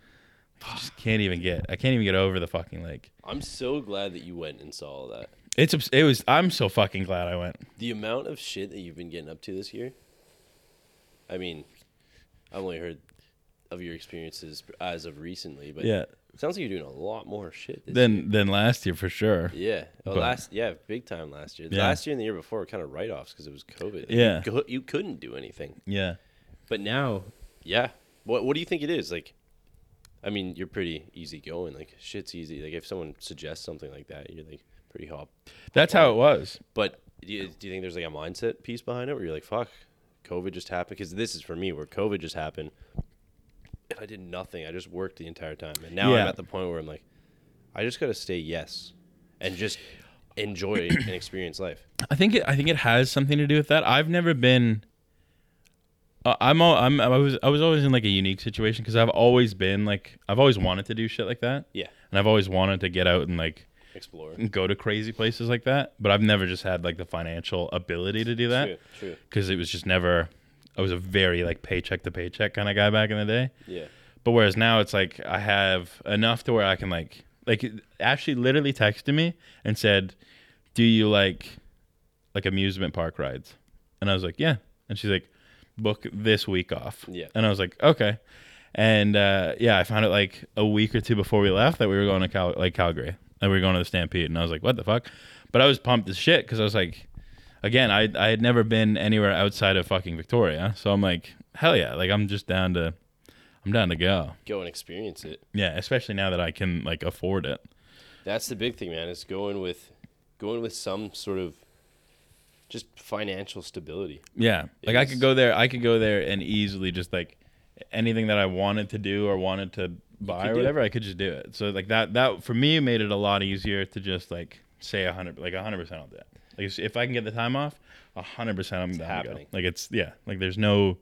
I just can't even get. I can't even get over the fucking lake. I'm so glad that you went and saw all that. It's abs- it was. I'm so fucking glad I went. The amount of shit that you've been getting up to this year. I mean, I've only heard of your experiences as of recently, but Yeah. it sounds like you're doing a lot more shit. This Then then last year for sure. Yeah. Oh, But- last yeah, big time last year. Yeah. Last year and the year before were kind of write offs because it was COVID. Like, Yeah. you, go, you couldn't do anything. Yeah. But now, yeah. What What do you think it is? Like, I mean, you're pretty easygoing. Like, shit's easy. Like, if someone suggests something like that, you're like pretty hop. That's how it was. But do you, do you think there's like a mindset piece behind it where you're like, fuck, COVID just happened because this is for me where COVID just happened, and I did nothing. I just worked the entire time, and now I'm Yeah. at the point where I'm like, I just gotta say yes and just [COUGHS] enjoy and experience life. I think it, I think it has something to do with that. I've never been. Uh, I'm all, I'm I was I was always in like a unique situation because I've always been like I've always wanted to do shit like that, Yeah, and I've always wanted to get out and like explore. go to crazy places like that. But I've never just had like the financial ability to do True, that true. because it was just never. I was a very like paycheck to paycheck kind of guy back in the day. Yeah, But whereas now it's like I have enough to where I can like like Ashley literally texted me and said, "Do you like like amusement park rides?" And I was like, "Yeah." And she's like, "Book this week off." Yeah. And I was like, "Okay." And uh, yeah, I found out like a week or two before we left that we were going to Cal- like Calgary and we were going to the Stampede, and I was like, "What the fuck?" But I was pumped as shit because I was like, again, I I had never been anywhere outside of fucking Victoria, so I'm like, hell yeah, like I'm just down to. I'm down to go. go and experience it. Yeah, especially now that I can like afford it. That's the big thing, man. Is going with, going with some sort of, just financial stability. Yeah. Like I Yes. could go there, I could go there and easily just like anything that I wanted to do or wanted to buy could or do it. whatever, I could just do it. So like that that for me made it a lot easier to just like say 100 like 100% I'll do it. Like if- if I can get the time off, 100% I'm down happening. to go. Like it's yeah, like there's no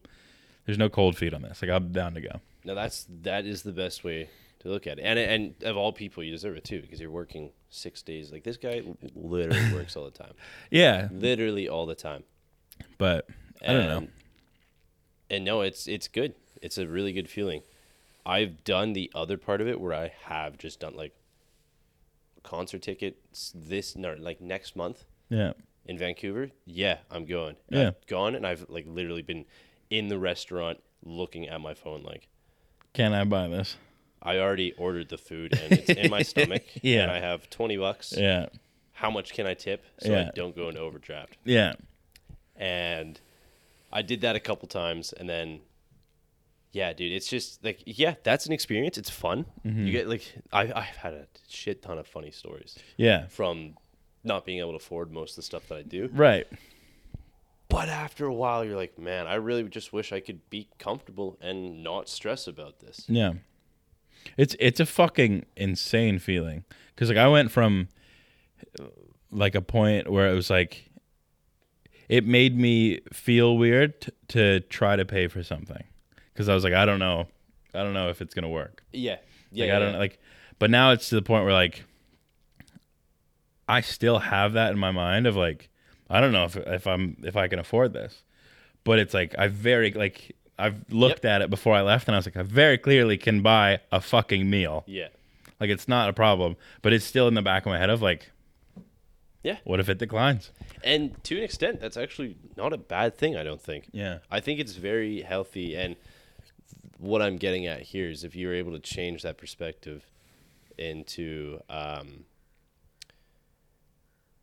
there's no cold feet on this. Like I'm down to go. Now that's that is the best way to look at it, and and of all people, you deserve it too because you're working six days. Like this guy [LAUGHS] literally works all the time, Yeah, literally all the time. but I don't know. And- And no, it's it's good. It's a really good feeling. I've done the other part of it where I have just done like concert tickets this no like next month Yeah. in Vancouver. Yeah, I'm going. And Yeah. I've gone and I've like literally been in the restaurant looking at my phone like Can I buy this? I already ordered the food and it's in my stomach. [LAUGHS] Yeah. And I have 20 bucks. Yeah. How much can I tip so I Yeah. don't go into overdraft? Yeah. And I did that a couple times. And then, yeah, dude, it's just like, yeah, that's an experience. It's fun. Mm-hmm. You get like, I, I've had a shit ton of funny stories Yeah. from not being able to afford most of the stuff that I do. Right. But after a while, you're like, man, I really just wish I could be comfortable and not stress about this. Yeah. It's it's a fucking insane feeling cuz like I went from uh, like a point where it was like it made me feel weird t- to try to pay for something cuz I was like I don't know I don't know if it's going to work. Yeah. Yeah. Like I don't like but now it's to the point where like I still have that in my mind of like I don't know if if I'm if I can afford this. But it's like I very like I've looked at it before I left and I was like I very clearly can buy a fucking meal. Yeah. Like it's not a problem, but it's still in the back of my head of like Yeah. what if it declines? And to an extent, that's actually not a bad thing, I don't think. Yeah. I think it's very healthy. And what I'm getting at here is if you're able to change that perspective into um,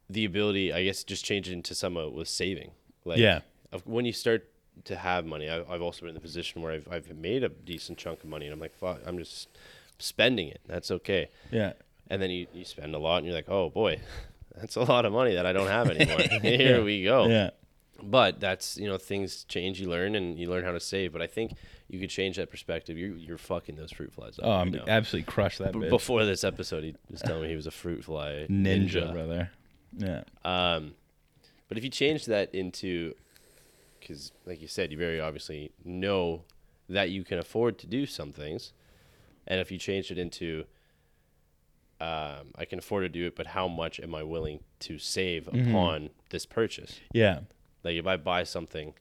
the ability, I guess, just change it into some uh, with saving. Like, Yeah. of- When you start to have money, I, I've also been in the position where I've, I've made a decent chunk of money and I'm like, fuck, I'm just spending it. That's okay Yeah. and then you, you spend a lot and you're like oh boy [LAUGHS] that's a lot of money that i don't have anymore here we [LAUGHS] go Yeah. but that's you know things change you learn and you learn how to save but i think you could change that perspective you're, you're fucking those fruit flies up Oh, I'm you know. absolutely crushed that B- bitch. before this episode he was telling me he was a fruit fly ninja, brother. Yeah. um, but if you change that into, because like you said, you very obviously know that you can afford to do some things, and if you change it into, um, I can afford to do it, but how much am I willing to save upon this purchase? Yeah. Like if I buy something,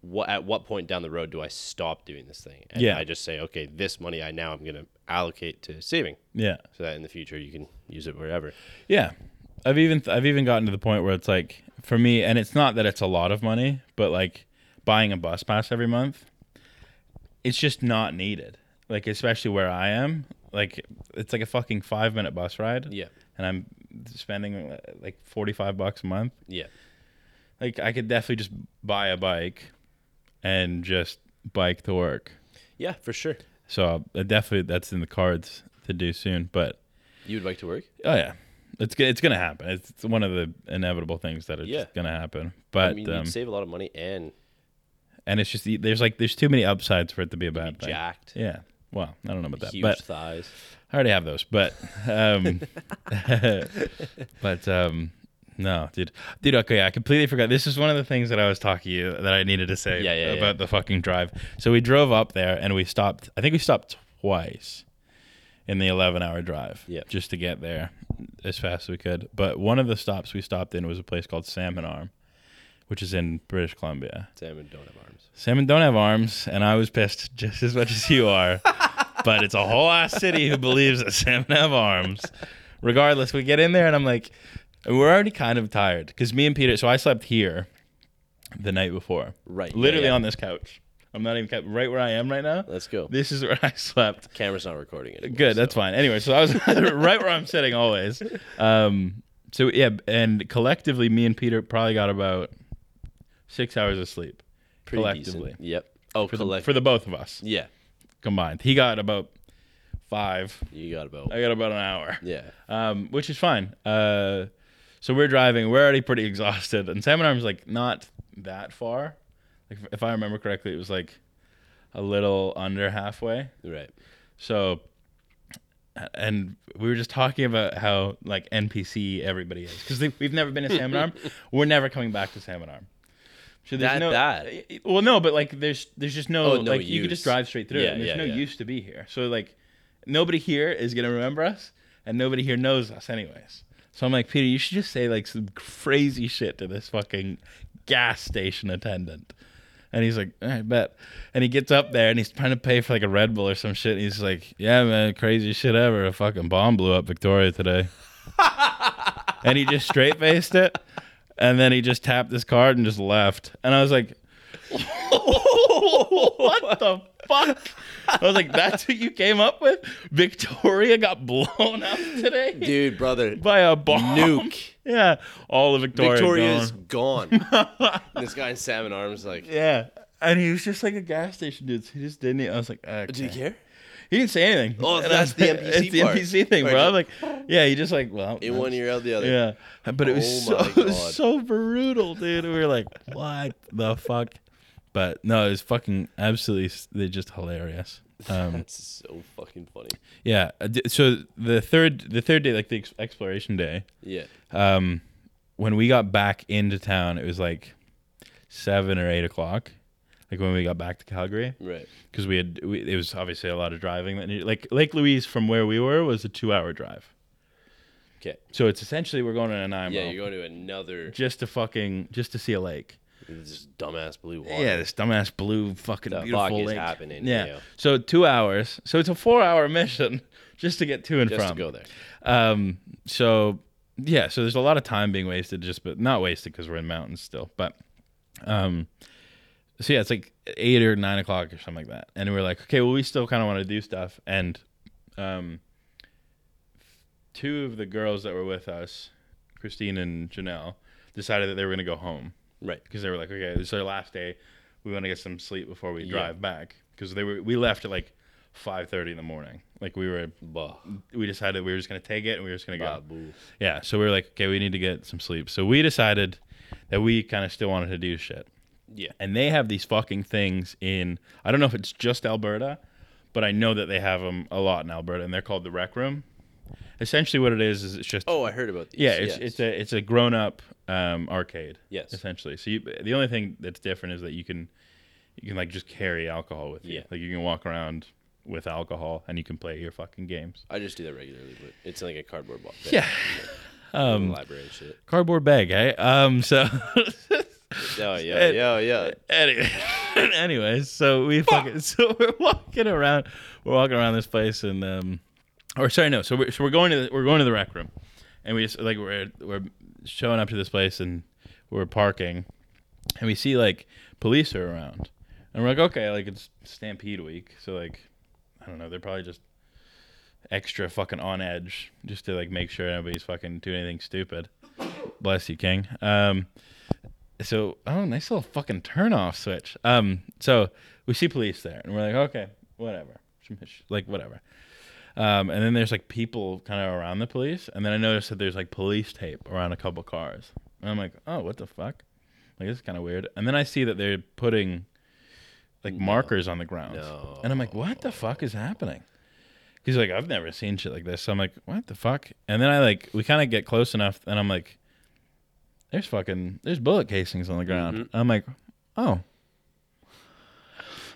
what at what point down the road do I stop doing this thing? And Yeah. I just say, okay, this money I now I'm gonna allocate to saving, Yeah. so that in the future you can use it wherever. Yeah. I've even I've even gotten to the point where it's like for me and it's not that it's a lot of money, but like buying a bus pass every month it's just not needed. Like especially where I am, like it's like a fucking 5 minute bus ride. Yeah. And I'm spending uh, like 45 bucks a month. Yeah. Like I could definitely just buy a bike and just bike to work. Yeah, for sure. So uh, definitely that's in the cards to do soon, but You would like to work? Oh yeah, it's go- it's gonna happen. It's, it's one of the inevitable things that are Yeah. just gonna happen. But I mean, um, you'd save a lot of money and and it's just there's like there's too many upsides for it to be a bad thing. jacked, Yeah. Well, I don't know about that, huge but thighs. I already have those. But, um, [LAUGHS] but um, no, dude, dude. Okay, I completely forgot. This is one of the things that I was talking to you that I needed to say Yeah, yeah, yeah. about the fucking drive. So we drove up there and we stopped. I think we stopped twice in the eleven-hour drive. Yeah. Just to get there as fast as we could. But one of the stops we stopped in was a place called Salmon Arm, which is in British Columbia. Salmon don't have arms. Salmon don't have arms, and I was pissed [LAUGHS] just as much as you [LAUGHS] are. but it's a whole ass city who believes that salmon have arms. Regardless, we get in there, and I'm like, and we're already kind of tired because me and Peter. So I slept here the night before, Right, yeah, Literally yeah. on this couch. I'm not even kept right where I am right [LAUGHS] now. Let's go. This is where I slept. Camera's not recording it. Good, that's fine. Anyway, so I was [LAUGHS] right where I'm sitting always. Um, so yeah, and collectively, me and Peter probably got about six hours of sleep. Pretty collectively. Decent. Yep. Oh, For the, collect- for the both of us yeah, combined. He got about five. you got about. I got about an hour, yeah. um, which is fine. Uh, so we're driving. We're already pretty exhausted, and Sam and I was like not that far. Like if- if I remember correctly, it was like a little under halfway. [LAUGHS] Right. So, and we were just talking about how like NPC everybody is because we've never been to Salmon [LAUGHS] Arm. We're never coming back to Salmon Arm. So there's That no, bad? Well, no, but like there's there's just no, Oh, no like you could use. just drive straight through. Yeah, it. and There's yeah, no yeah. use to be here. So like nobody here is gonna remember us, and nobody here knows us anyways. So I'm like Peter, you should just say like some crazy shit to this fucking gas station attendant. And he's like, I bet. And he gets up there and he's trying to pay for like a Red Bull or some shit. And he's like, Yeah, man, crazy shit ever. A fucking bomb blew up Victoria today. and he just straight faced it. And then he just tapped his card and just left. And I was like, What [LAUGHS] the fuck? I was like, That's what you came up with? Victoria got blown up today? Dude, brother, By a bomb. Nuke. Yeah. All of Victoria. Victoria's gone. [LAUGHS] gone. this guy in salmon arms, like, Yeah. And he was just like a gas station dude. So he just didn't. e-, I was like, okay. do you care? He didn't say anything. Oh, And that's I'm- the NPC It's the part. NPC thing, Right. bro. I'm like, yeah, he just like, well, In one that's- ear, out the other. Yeah, but it was Oh my so [LAUGHS] it was God. so brutal, dude. We were like, what the fuck? But no, it was fucking absolutely. They're just hilarious. Um, [LAUGHS] That's so fucking funny. yeah. uh, d- So the third the third day, like the ex- exploration day, Yeah. um, when we got back into town, it was like seven or eight o'clock. Like when we got back to Calgary, Right. because we had we, it was obviously a lot of driving that needed, like Lake Louise from where we were was a two hour drive. Okay. So it's essentially we're going on an IMO Yeah, you're going to another just to fucking just to see a lake. this dumbass blue water. Yeah, this dumbass blue fucking The beautiful fuck is lake. happening, yeah. yo? So two hours. So it's a four hour mission [LAUGHS] just to get to and Just from. to go there. Um, so yeah, so there's a lot of time being wasted just, but not wasted because we're in mountains still. But um, so yeah, it's like eight or nine o'clock or something like that, and we're like, okay, well, we still kind of want to do stuff, and um, two of the girls that were with us, Christine and Janelle, decided that they were gonna go home Right. because they were like, okay, this is our last day. We want to get some sleep before we Yeah. drive back because they were we left at like five thirty in the morning. Like we were Bah. we decided we were just gonna take it and we were just gonna go. Bah, boo. Yeah, so we were like, okay, we need to get some sleep. So we decided that we kind of still wanted to do shit. Yeah. And they have these fucking things in I don't know if it's just Alberta, but I know that they have them a lot in Alberta, and they're called the Rec Room. Essentially, what it is is it's just Oh, I heard about these. yeah, it's yes. it's a it's a grown up um, arcade. Yes. essentially. So you, the only thing that's different is that you can you can like just carry alcohol with you. Yeah. Like you can walk around with alcohol and you can play your fucking games. I just do that regularly, but it's like a cardboard box. Yeah. Um, library and shit. Cardboard bag, eh? Um. So [LAUGHS] Yeah, yeah, yeah, yeah. [LAUGHS] Any- anyways, so we fucking, [LAUGHS] so we're walking around, we're walking around this place, and um, or sorry, no, so we're so we're going to the, we're going to the rec room, and we just like we're we're showing up to this place and we're parking, and we see like police are around, and we're like, okay, like it's Stampede week, so like, I don't know, they're probably just extra fucking on edge just to like make sure nobody's fucking doing anything stupid. Bless you, King. Um, so oh nice little fucking turn off switch um so we see police there and we're like okay whatever like whatever um and then there's like people kind of around the police and then i noticed that there's like police tape around a couple cars and i'm like oh what the fuck like this is kind of weird and then i see that they're putting like markers on the ground. No. And I'm like, what the fuck is happening? He's like, I've never seen shit like this. So I'm like, what the fuck? And then I like, we kind of get close enough, and I'm like, there's fucking, there's bullet casings on the ground. I'm like, oh,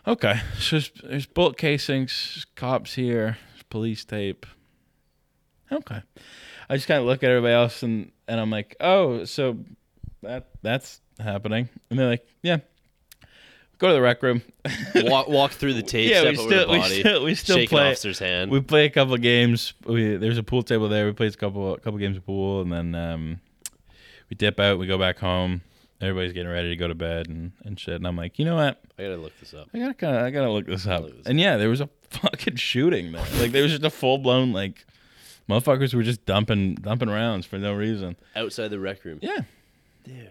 okay. So there's, there's bullet casings, cops here, there's police tape. Okay. I just kind of look at everybody else, and and I'm like, oh, so that that's happening. And they're like, yeah. Go to the rec room. walk, walk [LAUGHS] through the tape, step over the we body, still we still shake an play. officer's hand. We play a couple of games. We, there's a pool table there. We played a couple a couple games of pool, and then um, we dip out. We go back home. Everybody's getting ready to go to bed and, and shit. And I'm like, you know what? I gotta look this up. I gotta kinda, I gotta look this up. Look this And yeah, there was a fucking shooting. Man. Like there was just a full blown like motherfuckers were just dumping dumping rounds for no reason. Outside the rec room. Yeah.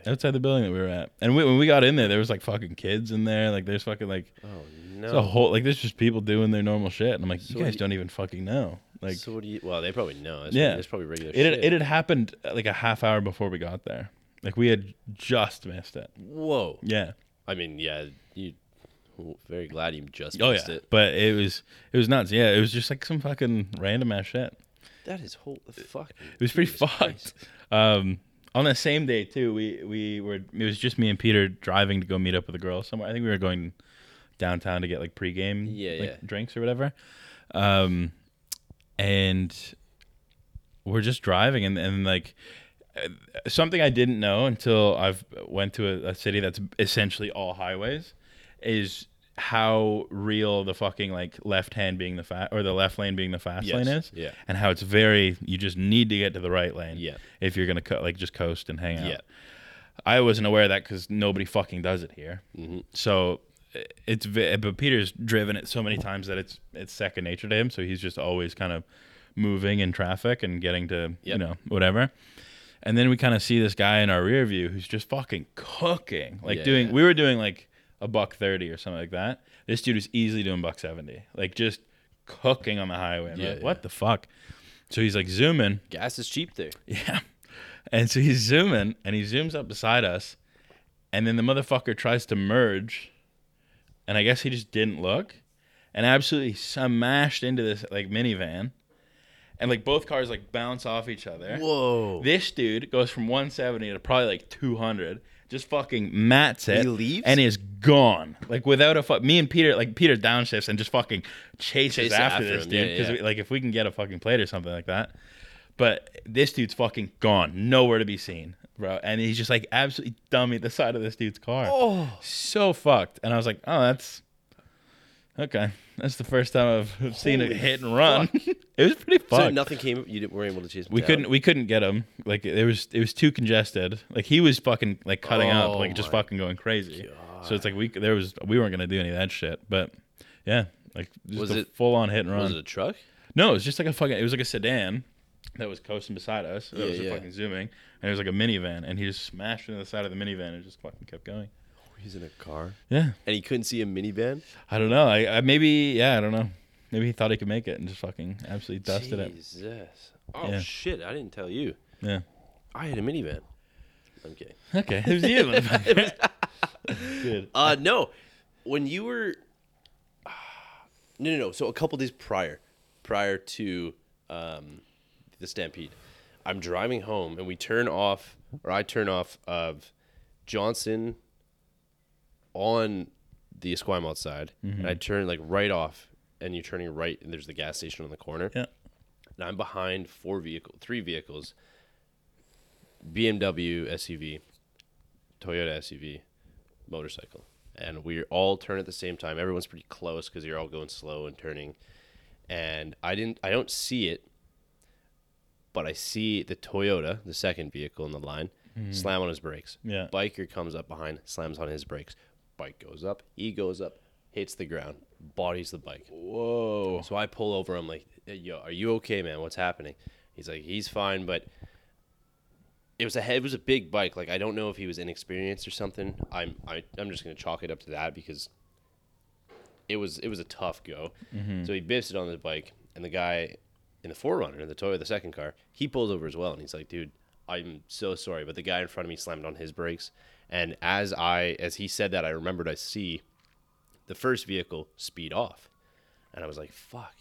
Outside the building that we were at, and we, when we got in there, there was like fucking kids in there. Like there's fucking like Oh it's a no. whole like there's just people doing their normal shit, and I'm like, So you guys you- don't even fucking know. Like so what do you? Well, they probably know. It's Yeah. It's probably regular it had, shit. it had happened uh, like a half hour before we got there. Like we had just missed it. Whoa. Yeah. I mean, yeah. You. Very glad you just Oh missed yeah. it. But it was it was nuts. Yeah. It was just like some fucking random ass shit. That is whole fuck. It was pretty fucked. Um, on that same day too, we we were it was just me and Peter driving to go meet up with a girl somewhere. I think we were going downtown to get like pregame Yeah, like, yeah. drinks or whatever. Um, and we're just driving and and like uh, something I didn't know until I've went to a, a city that's essentially all highways is how real the fucking like left hand being the fast or the left lane being the fast Yes, lane is yeah. and how it's very you just need to get to the right lane Yeah. if you're gonna co- like just coast and hang out Yeah. i wasn't aware of that because nobody fucking does it here Mm-hmm. so i- it's ve- but peter's driven it so many times that it's it's second nature to him so he's just always kind of moving in traffic and getting to you Yep. know whatever and then we kind of see this guy in our rear view who's just fucking cooking like Yeah, doing yeah. we were doing like a buck 30 or something like that this dude was easily doing buck 70 like just cooking on the highway and we're Yeah, like, yeah. what the fuck so he's like zooming Gas is cheap there. [LAUGHS] yeah. And so he's zooming and he zooms up beside us. And then the motherfucker tries to merge. And I guess he just didn't look and absolutely smashed into this like minivan. And like both cars like bounce off each other. Whoa. This dude goes from 170 to probably like 200. Just fucking mats it. He leaves? and is gone. Like without a fuck. Me and Peter, like Peter downshifts and just fucking chases Chase after, after this him. dude. Yeah, Because yeah. like if we can get a fucking plate or something like that. But this dude's fucking gone, nowhere to be seen, bro. And he's just like absolutely dummy the side of this dude's car. Oh. So fucked. And I was like, oh, that's okay. That's the first time I've, [LAUGHS] I've seen it Holy hit and run. [LAUGHS] it was pretty fucked. So nothing came. You didn't, were able to chase. him We down. couldn't we couldn't get him. Like it was it was too congested. Like he was fucking like cutting up, Oh like just my fucking going crazy. So it's like we there was we weren't gonna do any of that shit. But yeah, like just Was a it- full on hit and Was run. it a truck? No, it was just like a fucking. It was like a sedan that was coasting beside us. That Yeah, was yeah. fucking zooming, and it was like a minivan, and he just smashed into the side of the minivan and just fucking kept going. He's in a car. Yeah, And he couldn't see a minivan. I don't know. I, I maybe yeah, I don't know. Maybe he thought he could make it and just fucking absolutely dusted it. Jesus. Oh Yeah. shit! I didn't tell you. Yeah. I had a minivan. Okay. Okay, it was you. motherfucker. [LAUGHS] Good. [LAUGHS] Uh no, when you were. [SIGHS] No no no. So a couple days prior, prior to um, the stampede, I'm driving home and we turn off, or I turn off of Johnson on the Esquimalt side, and I turn like right off, and you're turning right, and there's the gas station on the corner. Yeah. and I'm behind four vehicle, three vehicles, BMW SUV, Toyota SUV, motorcycle, and we all turn at the same time. Everyone's pretty close because you're all going slow and turning. And I didn't, I don't see it, but I see the Toyota, the second vehicle in the line, slam on his brakes. Yeah. biker comes up behind, slams on his brakes. Bike goes up, he goes up, hits the ground, bodies the bike. Whoa. So I pull over. I'm like, "Hey, "Yo, are you okay, man? What's happening?" He's like, "He's fine, but it was a he- it was a big bike. Like I don't know if he was inexperienced or something. I'm I, I'm just gonna chalk it up to that because it was it was a tough go. So he biffs it on his bike, and the guy in the forerunner, the Toyota, the second car, he pulls over as well, and he's like, "Dude, I'm so sorry, but the guy in front of me slammed on his brakes." And as I as he said that, I remembered I see the first vehicle speed off. And I was like, fuck.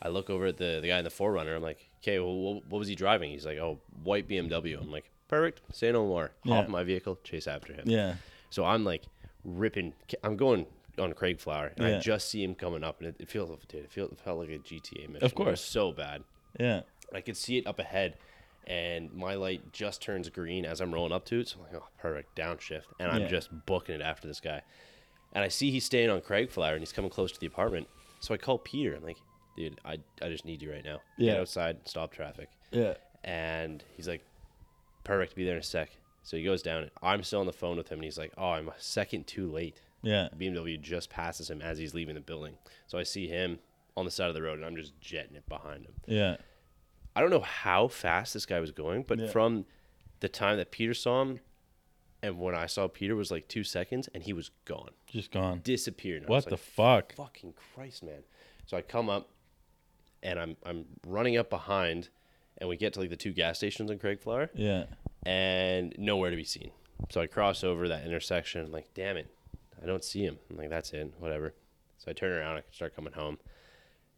I look over at the, the guy in the forerunner. I'm like, okay, well, wh- what was he driving? He's like, oh, white BMW. I'm like, perfect. Say no more. Hop Yeah. in my vehicle, chase after him. Yeah. So I'm like ripping. I'm going on Craig Flower, and I Yeah. just see him coming up, and it, it feels like dude, it felt, it felt like a GTA mission. It was course. so bad. Yeah. I could see it up ahead, and my light just turns green as I'm rolling up to it. So I'm like, oh, perfect, downshift, and I'm Yeah. just booking it after this guy. And I see he's staying on Craig Flower, and he's coming close to the apartment. So I call Peter. I'm like, dude, I, I just need you right now. Get Yeah. outside, stop traffic Yeah. and he's like, "Perfect, be there in a sec." So he goes down. I'm still on the phone with him, and he's like, "Oh, I'm a second too late." Yeah. BMW just passes him as he's leaving the building, so I see him on the side of the road, and I'm just jetting it behind him. Yeah. I don't know how fast this guy was going, but Yeah. from the time that Peter saw him and when I saw Peter was like two seconds, and he was gone, Just gone. disappeared. And I was What the like, fuck? fucking Christ, man. So I come up and I'm I'm running up behind and we get to like the two gas stations in Craig Flower Yeah. and nowhere to be seen. So I cross over that intersection. I'm like, damn it, I don't see him. I'm like, that's it, whatever. So I turn around, I start coming home,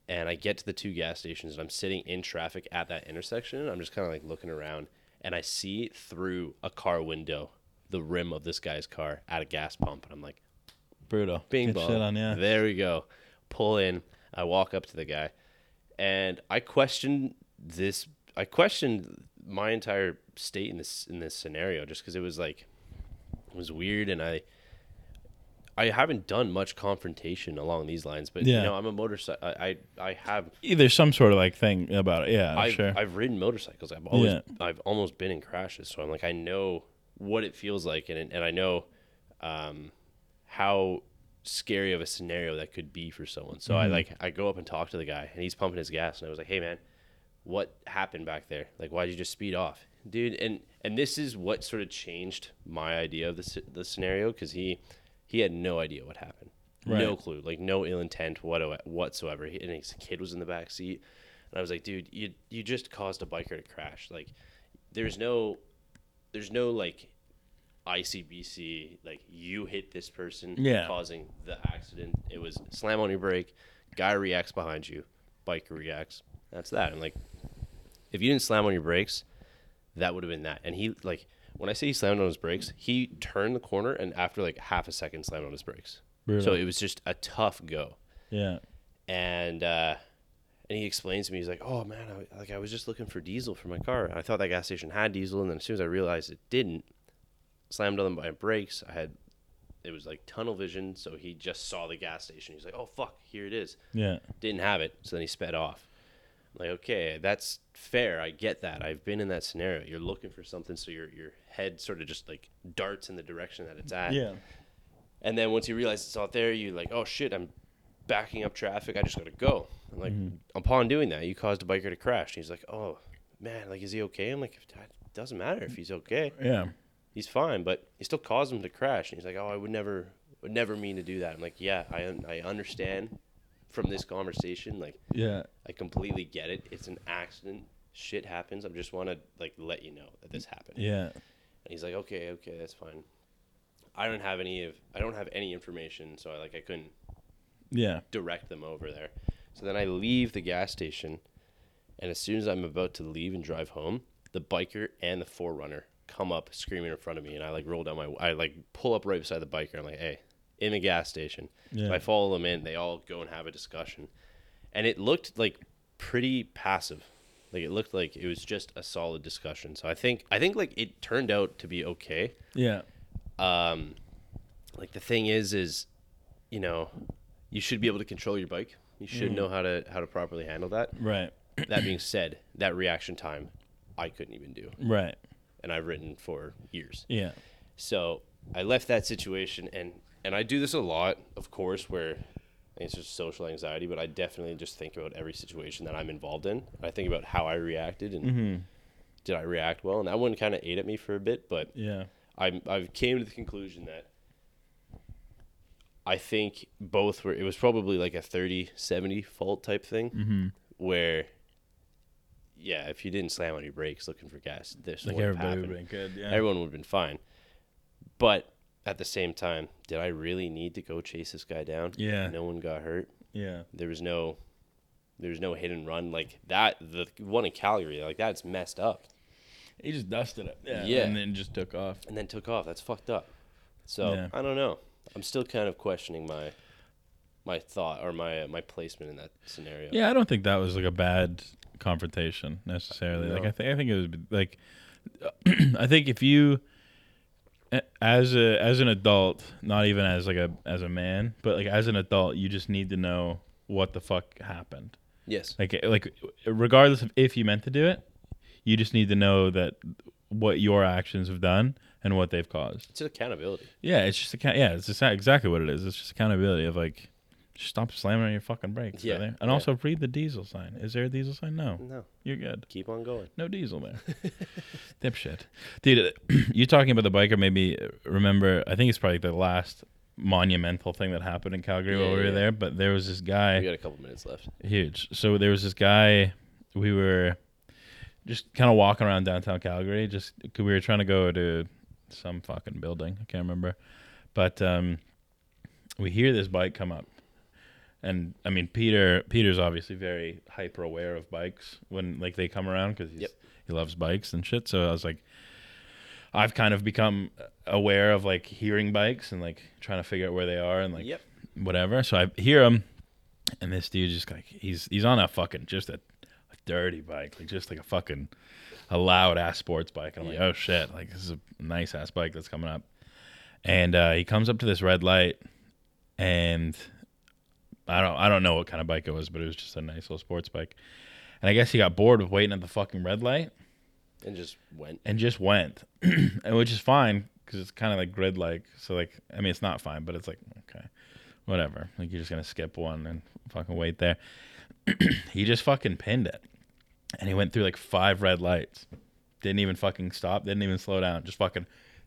and I get to the two gas stations, and I'm sitting in traffic at that intersection. and I'm just kind of like looking around, and I see through a car window the rim of this guy's car at a gas pump, and I'm like, Brutal. Bing Good bong. shit on yeah. There we go. Pull in. I walk up to the guy, and I questioned this. I questioned my entire state in this in this scenario just because it was like it was weird, and I I haven't done much confrontation along these lines, but Yeah. you know I'm a motorcycle. I, I I have There's some sort of like thing about it. Yeah. I've, sure. I've ridden motorcycles. I've always Yeah. I've almost been in crashes, so I'm like I know what it feels like, and and I know um, how scary of a scenario that could be for someone. So Mm-hmm. I like I go up and talk to the guy, and he's pumping his gas, and I was like, hey man, what happened back there? Like why'd you just speed off, dude? And and this is what sort of changed my idea of the s- the scenario because he he had no idea what happened. No Right. clue, like no ill intent what- whatsoever. He- And his kid was in the back seat, and I was like, dude, you you just caused a biker to crash. Like, there's no, there's no like, ICBC. Like you hit this person, Yeah. causing the accident. It was slam on your brake, guy reacts behind you, biker reacts. That's that. And like, if you didn't slam on your brakes, that would have been that. And he like. When I say he slammed on his brakes, he turned the corner and after like half a second slammed on his brakes. Brutal. So it was just a tough go. yeah. And uh, and he explains to me, he's like, "Oh man, I, like I was just looking for diesel for my car. I thought that gas station had diesel, and then as soon as I realized it didn't, slammed on my brakes. I had it was like tunnel vision, so he just saw the gas station. He's like, "Oh fuck, here it is." Yeah. Didn't have it, so then he sped off. I'm like, okay, that's fair. I get that. I've been in that scenario. You're looking for something, so your your head sort of just like darts in the direction that it's at. Yeah. And then once you realize it's not there, you like, oh shit, I'm backing up traffic. I just gotta go. And like, upon doing that, you caused a biker to crash. And he's like, oh man, like, is he okay? I'm like, it doesn't matter if he's okay. Yeah. He's fine, but he still caused him to crash. And he's like, oh, I would never, would never mean to do that. I'm like, yeah, I, un- I understand from this conversation. Like, Yeah. I completely get it. It's an accident. Shit happens. I just want to like let you know that this happened. Yeah. And he's like, okay, okay, that's fine. I don't have any of I don't have any information, so I like I couldn't Yeah. direct them over there. So then I leave the gas station, and as soon as I'm about to leave and drive home, the biker and the forerunner come up screaming in front of me, and I like roll down my I like pull up right beside the biker. I'm like, hey, in the gas station. Yeah. So I follow them in. They all go and have a discussion, and it looked like pretty passive. Like it looked like it was just a solid discussion. So I think I think like it turned out to be okay Yeah. um, like the thing is is you know you should be able to control your bike you should know how to how to properly handle that Right. that being said that reaction time i couldn't even do Right. and i've written for years Yeah. so i left that situation and and i do this a lot of course where I think it's just social anxiety but i definitely just think about every situation that i'm involved in i think about how i reacted and did i react well and that one kind of ate at me for a bit but Yeah. I I came to the conclusion that I think both were it was probably like a 30-70 fault type thing Mm-hmm. where yeah, if you didn't slam on your brakes looking for gas, this Like would have everybody happened. would have been good. Yeah. Everyone would have been fine. But at the same time, did I really need to go chase this guy down? Yeah. No one got hurt. Yeah. There was no there was no hit and run like that the one in Calgary, like that's messed up. He just dusted it. Yeah. Yeah. And then just took off. And then took off. That's fucked up. So, Yeah. I don't know. I'm still kind of questioning my my thought or my uh, my placement in that scenario. Yeah, I don't think that was like a bad confrontation necessarily. Like No. I think I think it was like [CLEARS THROAT] I think if you a- as a as an adult, not even as like a as a man, but like as an adult, you just need to know what the fuck happened. Yes. Like eh, like regardless of if you meant to do it, you just need to know that what your actions have done and what they've caused. It's accountability. Yeah, it's just account. Yeah, it's just exactly what it is. It's just accountability of like, just stop slamming on your fucking brakes. Yeah, Yeah, brother. and yeah. also read the diesel sign. Is there a diesel sign? No, No. you're good. Keep on going. No diesel there. [LAUGHS] Dipshit, dude. [CLEARS THROAT] you talking about the biker made me remember. I think it's probably the last monumental thing that happened in Calgary Yeah, while we yeah, were yeah. there. But there was this guy We got a couple minutes left. huge. So there was this guy we were just kind of walking around downtown Calgary. Just 'cause we were trying to go to some fucking building. I can't remember, but um, we hear this bike come up, and I mean Peter. Peter's obviously very hyper aware of bikes when like they come around because Yep. he loves bikes and shit. So I was like. I've kind of become aware of like hearing bikes and like trying to figure out where they are and like Yep. whatever. So I hear him, and this dude just like he's he's on a fucking just a, a dirty bike, like just like a fucking a loud ass sports bike. And I'm Yeah. like, oh shit, like this is a nice ass bike that's coming up. And uh, he comes up to this red light, and I don't I don't know what kind of bike it was, but it was just a nice little sports bike. And I guess he got bored of waiting at the fucking red light And just went. and just went, [CLEARS THROAT] and which is fine because it's kind of like grid like. So like, I mean, it's not fine, but it's like okay, whatever. Like you're just gonna skip one and fucking wait there. [CLEARS THROAT] he just fucking pinned it, and he went through like five red lights. Didn't even fucking stop. Didn't even slow down. Just fucking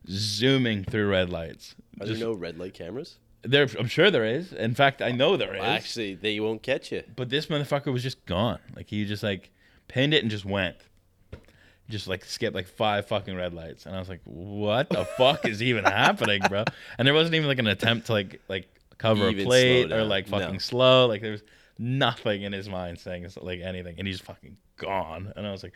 zooming through red lights. Are Just, there no red light cameras? there, I'm sure there is. In fact, I know there is. Well, actually, they won't catch you. But this motherfucker was just gone. Like he just like pinned it and just went. Just like skipped like five fucking red lights. And I was like, what [LAUGHS] the fuck is even happening, bro? And there wasn't even like an attempt to like like cover Even a slow plate or down. like fucking No. slow. Like there was nothing in his mind saying like anything. And he's fucking gone. And I was like,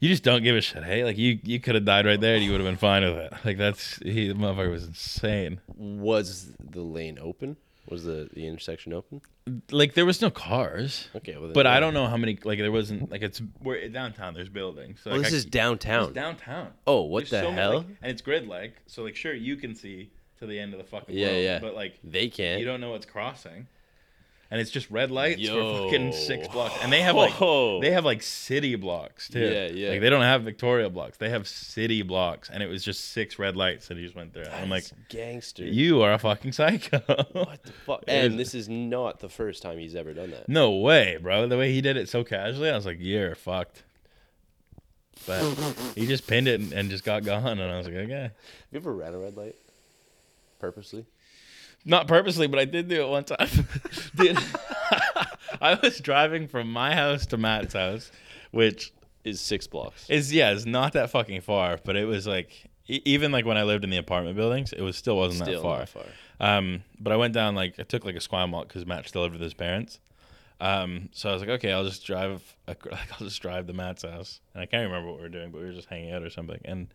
you just don't give a shit, hey? Like you you could have died right there and you would have been fine with it. Like that's he the motherfucker was insane. Was the lane open? Was the, the intersection open? Like there was no cars. Okay. Well, then- But I don't know how many. Like there wasn't. Like it's we're downtown. There's buildings. So Well, like, this I- is downtown. It's downtown. Oh, what the many, hell? like- and it's grid like. So like, sure you can see to the end of the fucking Yeah, world, yeah. But like, they can't. you don't know what's crossing. And it's just red lights Yo. for fucking six blocks, and they have like Whoa. they have like city blocks too. Yeah, yeah. Like they don't have Victoria blocks; they have city blocks, and it was just six red lights that he just went through. And I'm like, That's gangster. you are a fucking psycho. what the fuck? And this is not the first time he's ever done that. No way, bro. The way he did it so casually, I was like, you're fucked. But he just pinned it and, and just got gone, and I was like, okay. Have you ever ran a red light purposely? Not purposely, but I did do it one time. [LAUGHS] Dude, I was driving from my house to Matt's house, which Is six blocks. is, yeah, it's not that fucking far, but it was like, e- even like when I lived in the apartment buildings, it was still wasn't Still that far. not far. Um, but I went down like I took like a Squamalt because Matt still lived with his parents. Um, so I was like, okay, I'll just drive. [LAUGHS] ac- Like, I'll just drive to Matt's house, and I can't remember what we were doing, but we were just hanging out or something. And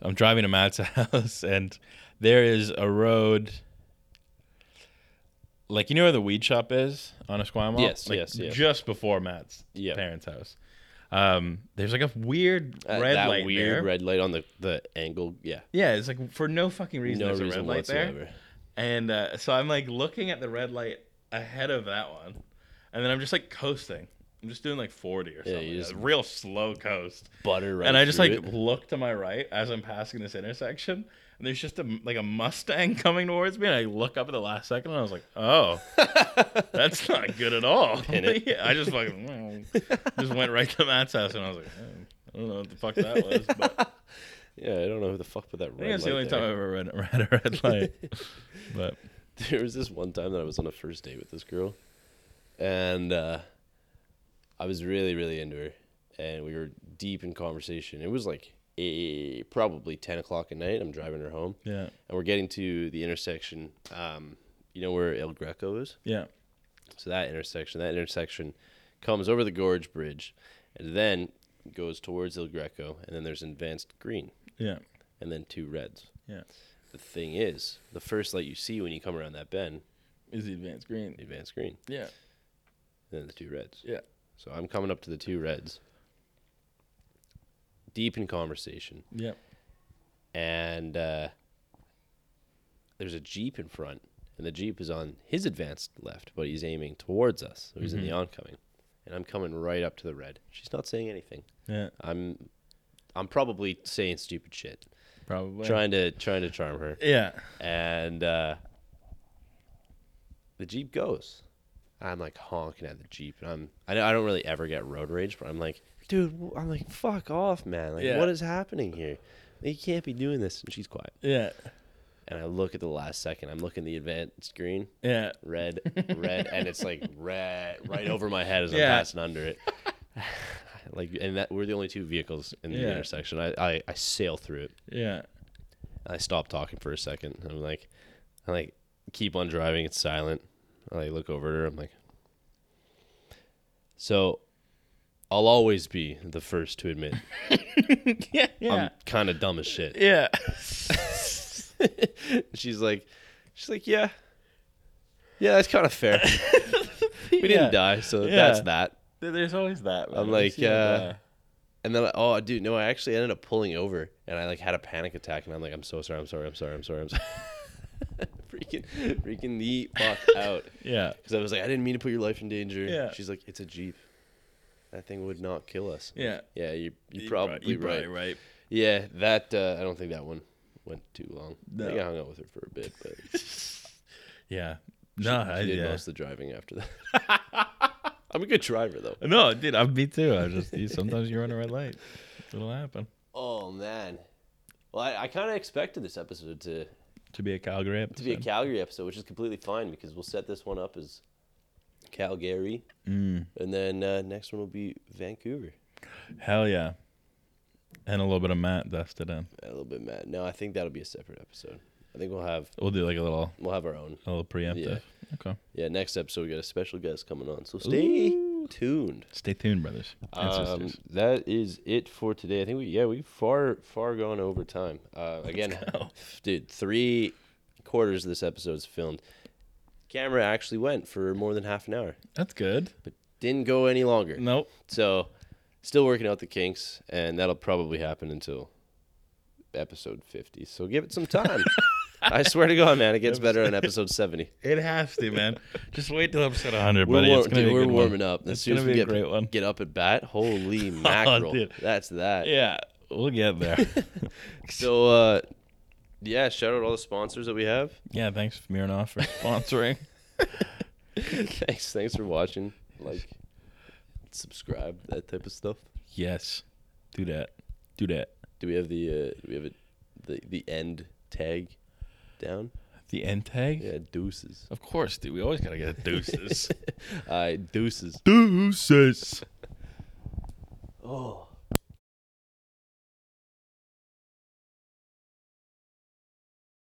I'm driving to Matt's [LAUGHS] house, and there is a road. Like you know where the weed shop is on Esquimalt? Yes, like, yes, yes. Just before Matt's Yeah. parents' house. Um, there's like a weird Uh, red that light weird there. red light on the, the angle. Yeah. yeah, it's like for no fucking reason. No there's a reason red light whatsoever. there. And uh, so I'm like looking at the red light ahead of that one, and then I'm just like coasting. I'm just doing like 40 or Yeah, something. you just- a real slow coast. Butter right and I just through like it. look to my right as I'm passing this intersection, and there's just a like a Mustang [LAUGHS] coming towards me, and I look up at the last second, and I was like, oh, [LAUGHS] that's not good at all. it. [LAUGHS] Yeah, I just fucking [LAUGHS] just went right to Matt's house, and I was like, "Hmm, I don't know what the fuck that was, but I Yeah, I don't know who the fuck put that [LAUGHS] red think that's light the only there. time I ever read, [LAUGHS] read a red light. but [LAUGHS] there was this one time that I was on a first date with this girl, and uh, I was really, really into her, and we were deep in conversation. It was like eh, probably 10 o'clock at night. I'm driving her home, Yeah. and we're getting to the intersection. Um, you know where El Greco is? Yeah. So that intersection, that intersection comes over the Gorge Bridge and then goes towards El Greco, and then there's an advanced green Yeah. and then two reds. Yeah. The thing is, the first light you see when you come around that bend, Is the advanced green? the advanced green, Yeah. and then the two reds. Yeah. So I'm coming up to the two reds, deep in conversation, Yeah. and uh, there's a Jeep in front, and the Jeep is on his advanced left, but he's aiming towards us. So he's in the oncoming, and I'm coming right up to the red. She's not saying anything. Yeah. I'm I'm probably saying stupid shit, Probably. trying to trying to charm her, Yeah. and uh, the jeep goes. I'm like honking at the jeep, and I'm I don't- I don't really ever get road rage, but I'm like, dude, wh- I'm like, fuck off, man! Like, Yeah. what is happening here? You can't be doing this. And she's quiet. Yeah. And I look at the last second. I'm looking at the advanced green, Yeah. red, red, and it's [LAUGHS] like red right over my head as I'm Yeah. passing under it. [LAUGHS] like, and that we're the only two vehicles in the Yeah. intersection. I, I I sail through it. [LAUGHS] Yeah. I stop talking for a second. I'm like, I like keep on driving. It's silent. I like look over at her. I'm like, so I'll always be the first to admit Yeah. I'm kind of dumb as shit. [LAUGHS] yeah. [LAUGHS] she's like, she's like, yeah, yeah, that's kind [LAUGHS] of fair. we didn't die, so Yeah. that's that. There's always that. man. I'm You like, see it, uh, and then, oh, dude, no, I actually ended up pulling over, and I like had a panic attack, and I'm like, I'm so sorry, I'm sorry, I'm sorry, I'm sorry, I'm sorry. [LAUGHS] freaking, freaking the [LAUGHS] fuck out, yeah. because I was like, I didn't mean to put your life in danger. Yeah. She's like, it's a jeep. That thing would not kill us. Yeah. Yeah, you you You're probably right. You're right. probably right. Yeah, that uh, I don't think that one went too long. No. I think I hung out with her for a bit, but Yeah. No, She I did yeah. most of the driving after that. [LAUGHS] I'm a good driver though. No, dude, I'm me too. I just you, sometimes you run a red light. It'll happen. Oh man. Well, I, I kind of expected this episode to To be a Calgary to be a Calgary episode, which is completely fine because we'll set this one up as Calgary, Mm. and then uh, next one will be Vancouver. Hell yeah. And a little bit of Matt dusted in. A little bit mad. No, I think that'll be a separate episode. I think we'll have We'll do like a little we'll have our own. a little preemptive. Okay. Yeah, next episode we got a special guest coming on, so stay tuned. Stay tuned, brothers and Um, sisters. that is it for today. I think we yeah we far far gone over time. Uh, again, [LAUGHS] dude, three quarters of this episode's filmed. Camera actually went for more than half an hour, That's good. but didn't go any longer. Nope. So, still working out the kinks, and that'll probably happen until episode fifty. So give it some [LAUGHS] time. I swear to God, man, it gets better on episode seventy. It has to, [LAUGHS] man. just wait till episode 100, We're, buddy. warm, it's gonna dude, be a we're good one. warming up. As It's soon gonna as be we a get, great [LAUGHS] one. Oh, get up at [LAUGHS] bat, holy mackerel! dude. That's that. Yeah, we'll get [LAUGHS] there. So uh yeah, shout out all the sponsors that we have. [LAUGHS] yeah, thanks Smirnoff for sponsoring. thanks, thanks for watching. Like subscribe, that type of stuff. yes, do that. Do that. Do we have the uh do we have it the the end tag down? The end tag. Yeah, deuces. Of course, dude. We always gotta get a [LAUGHS] deuces. All right, deuces. deuces. Oh.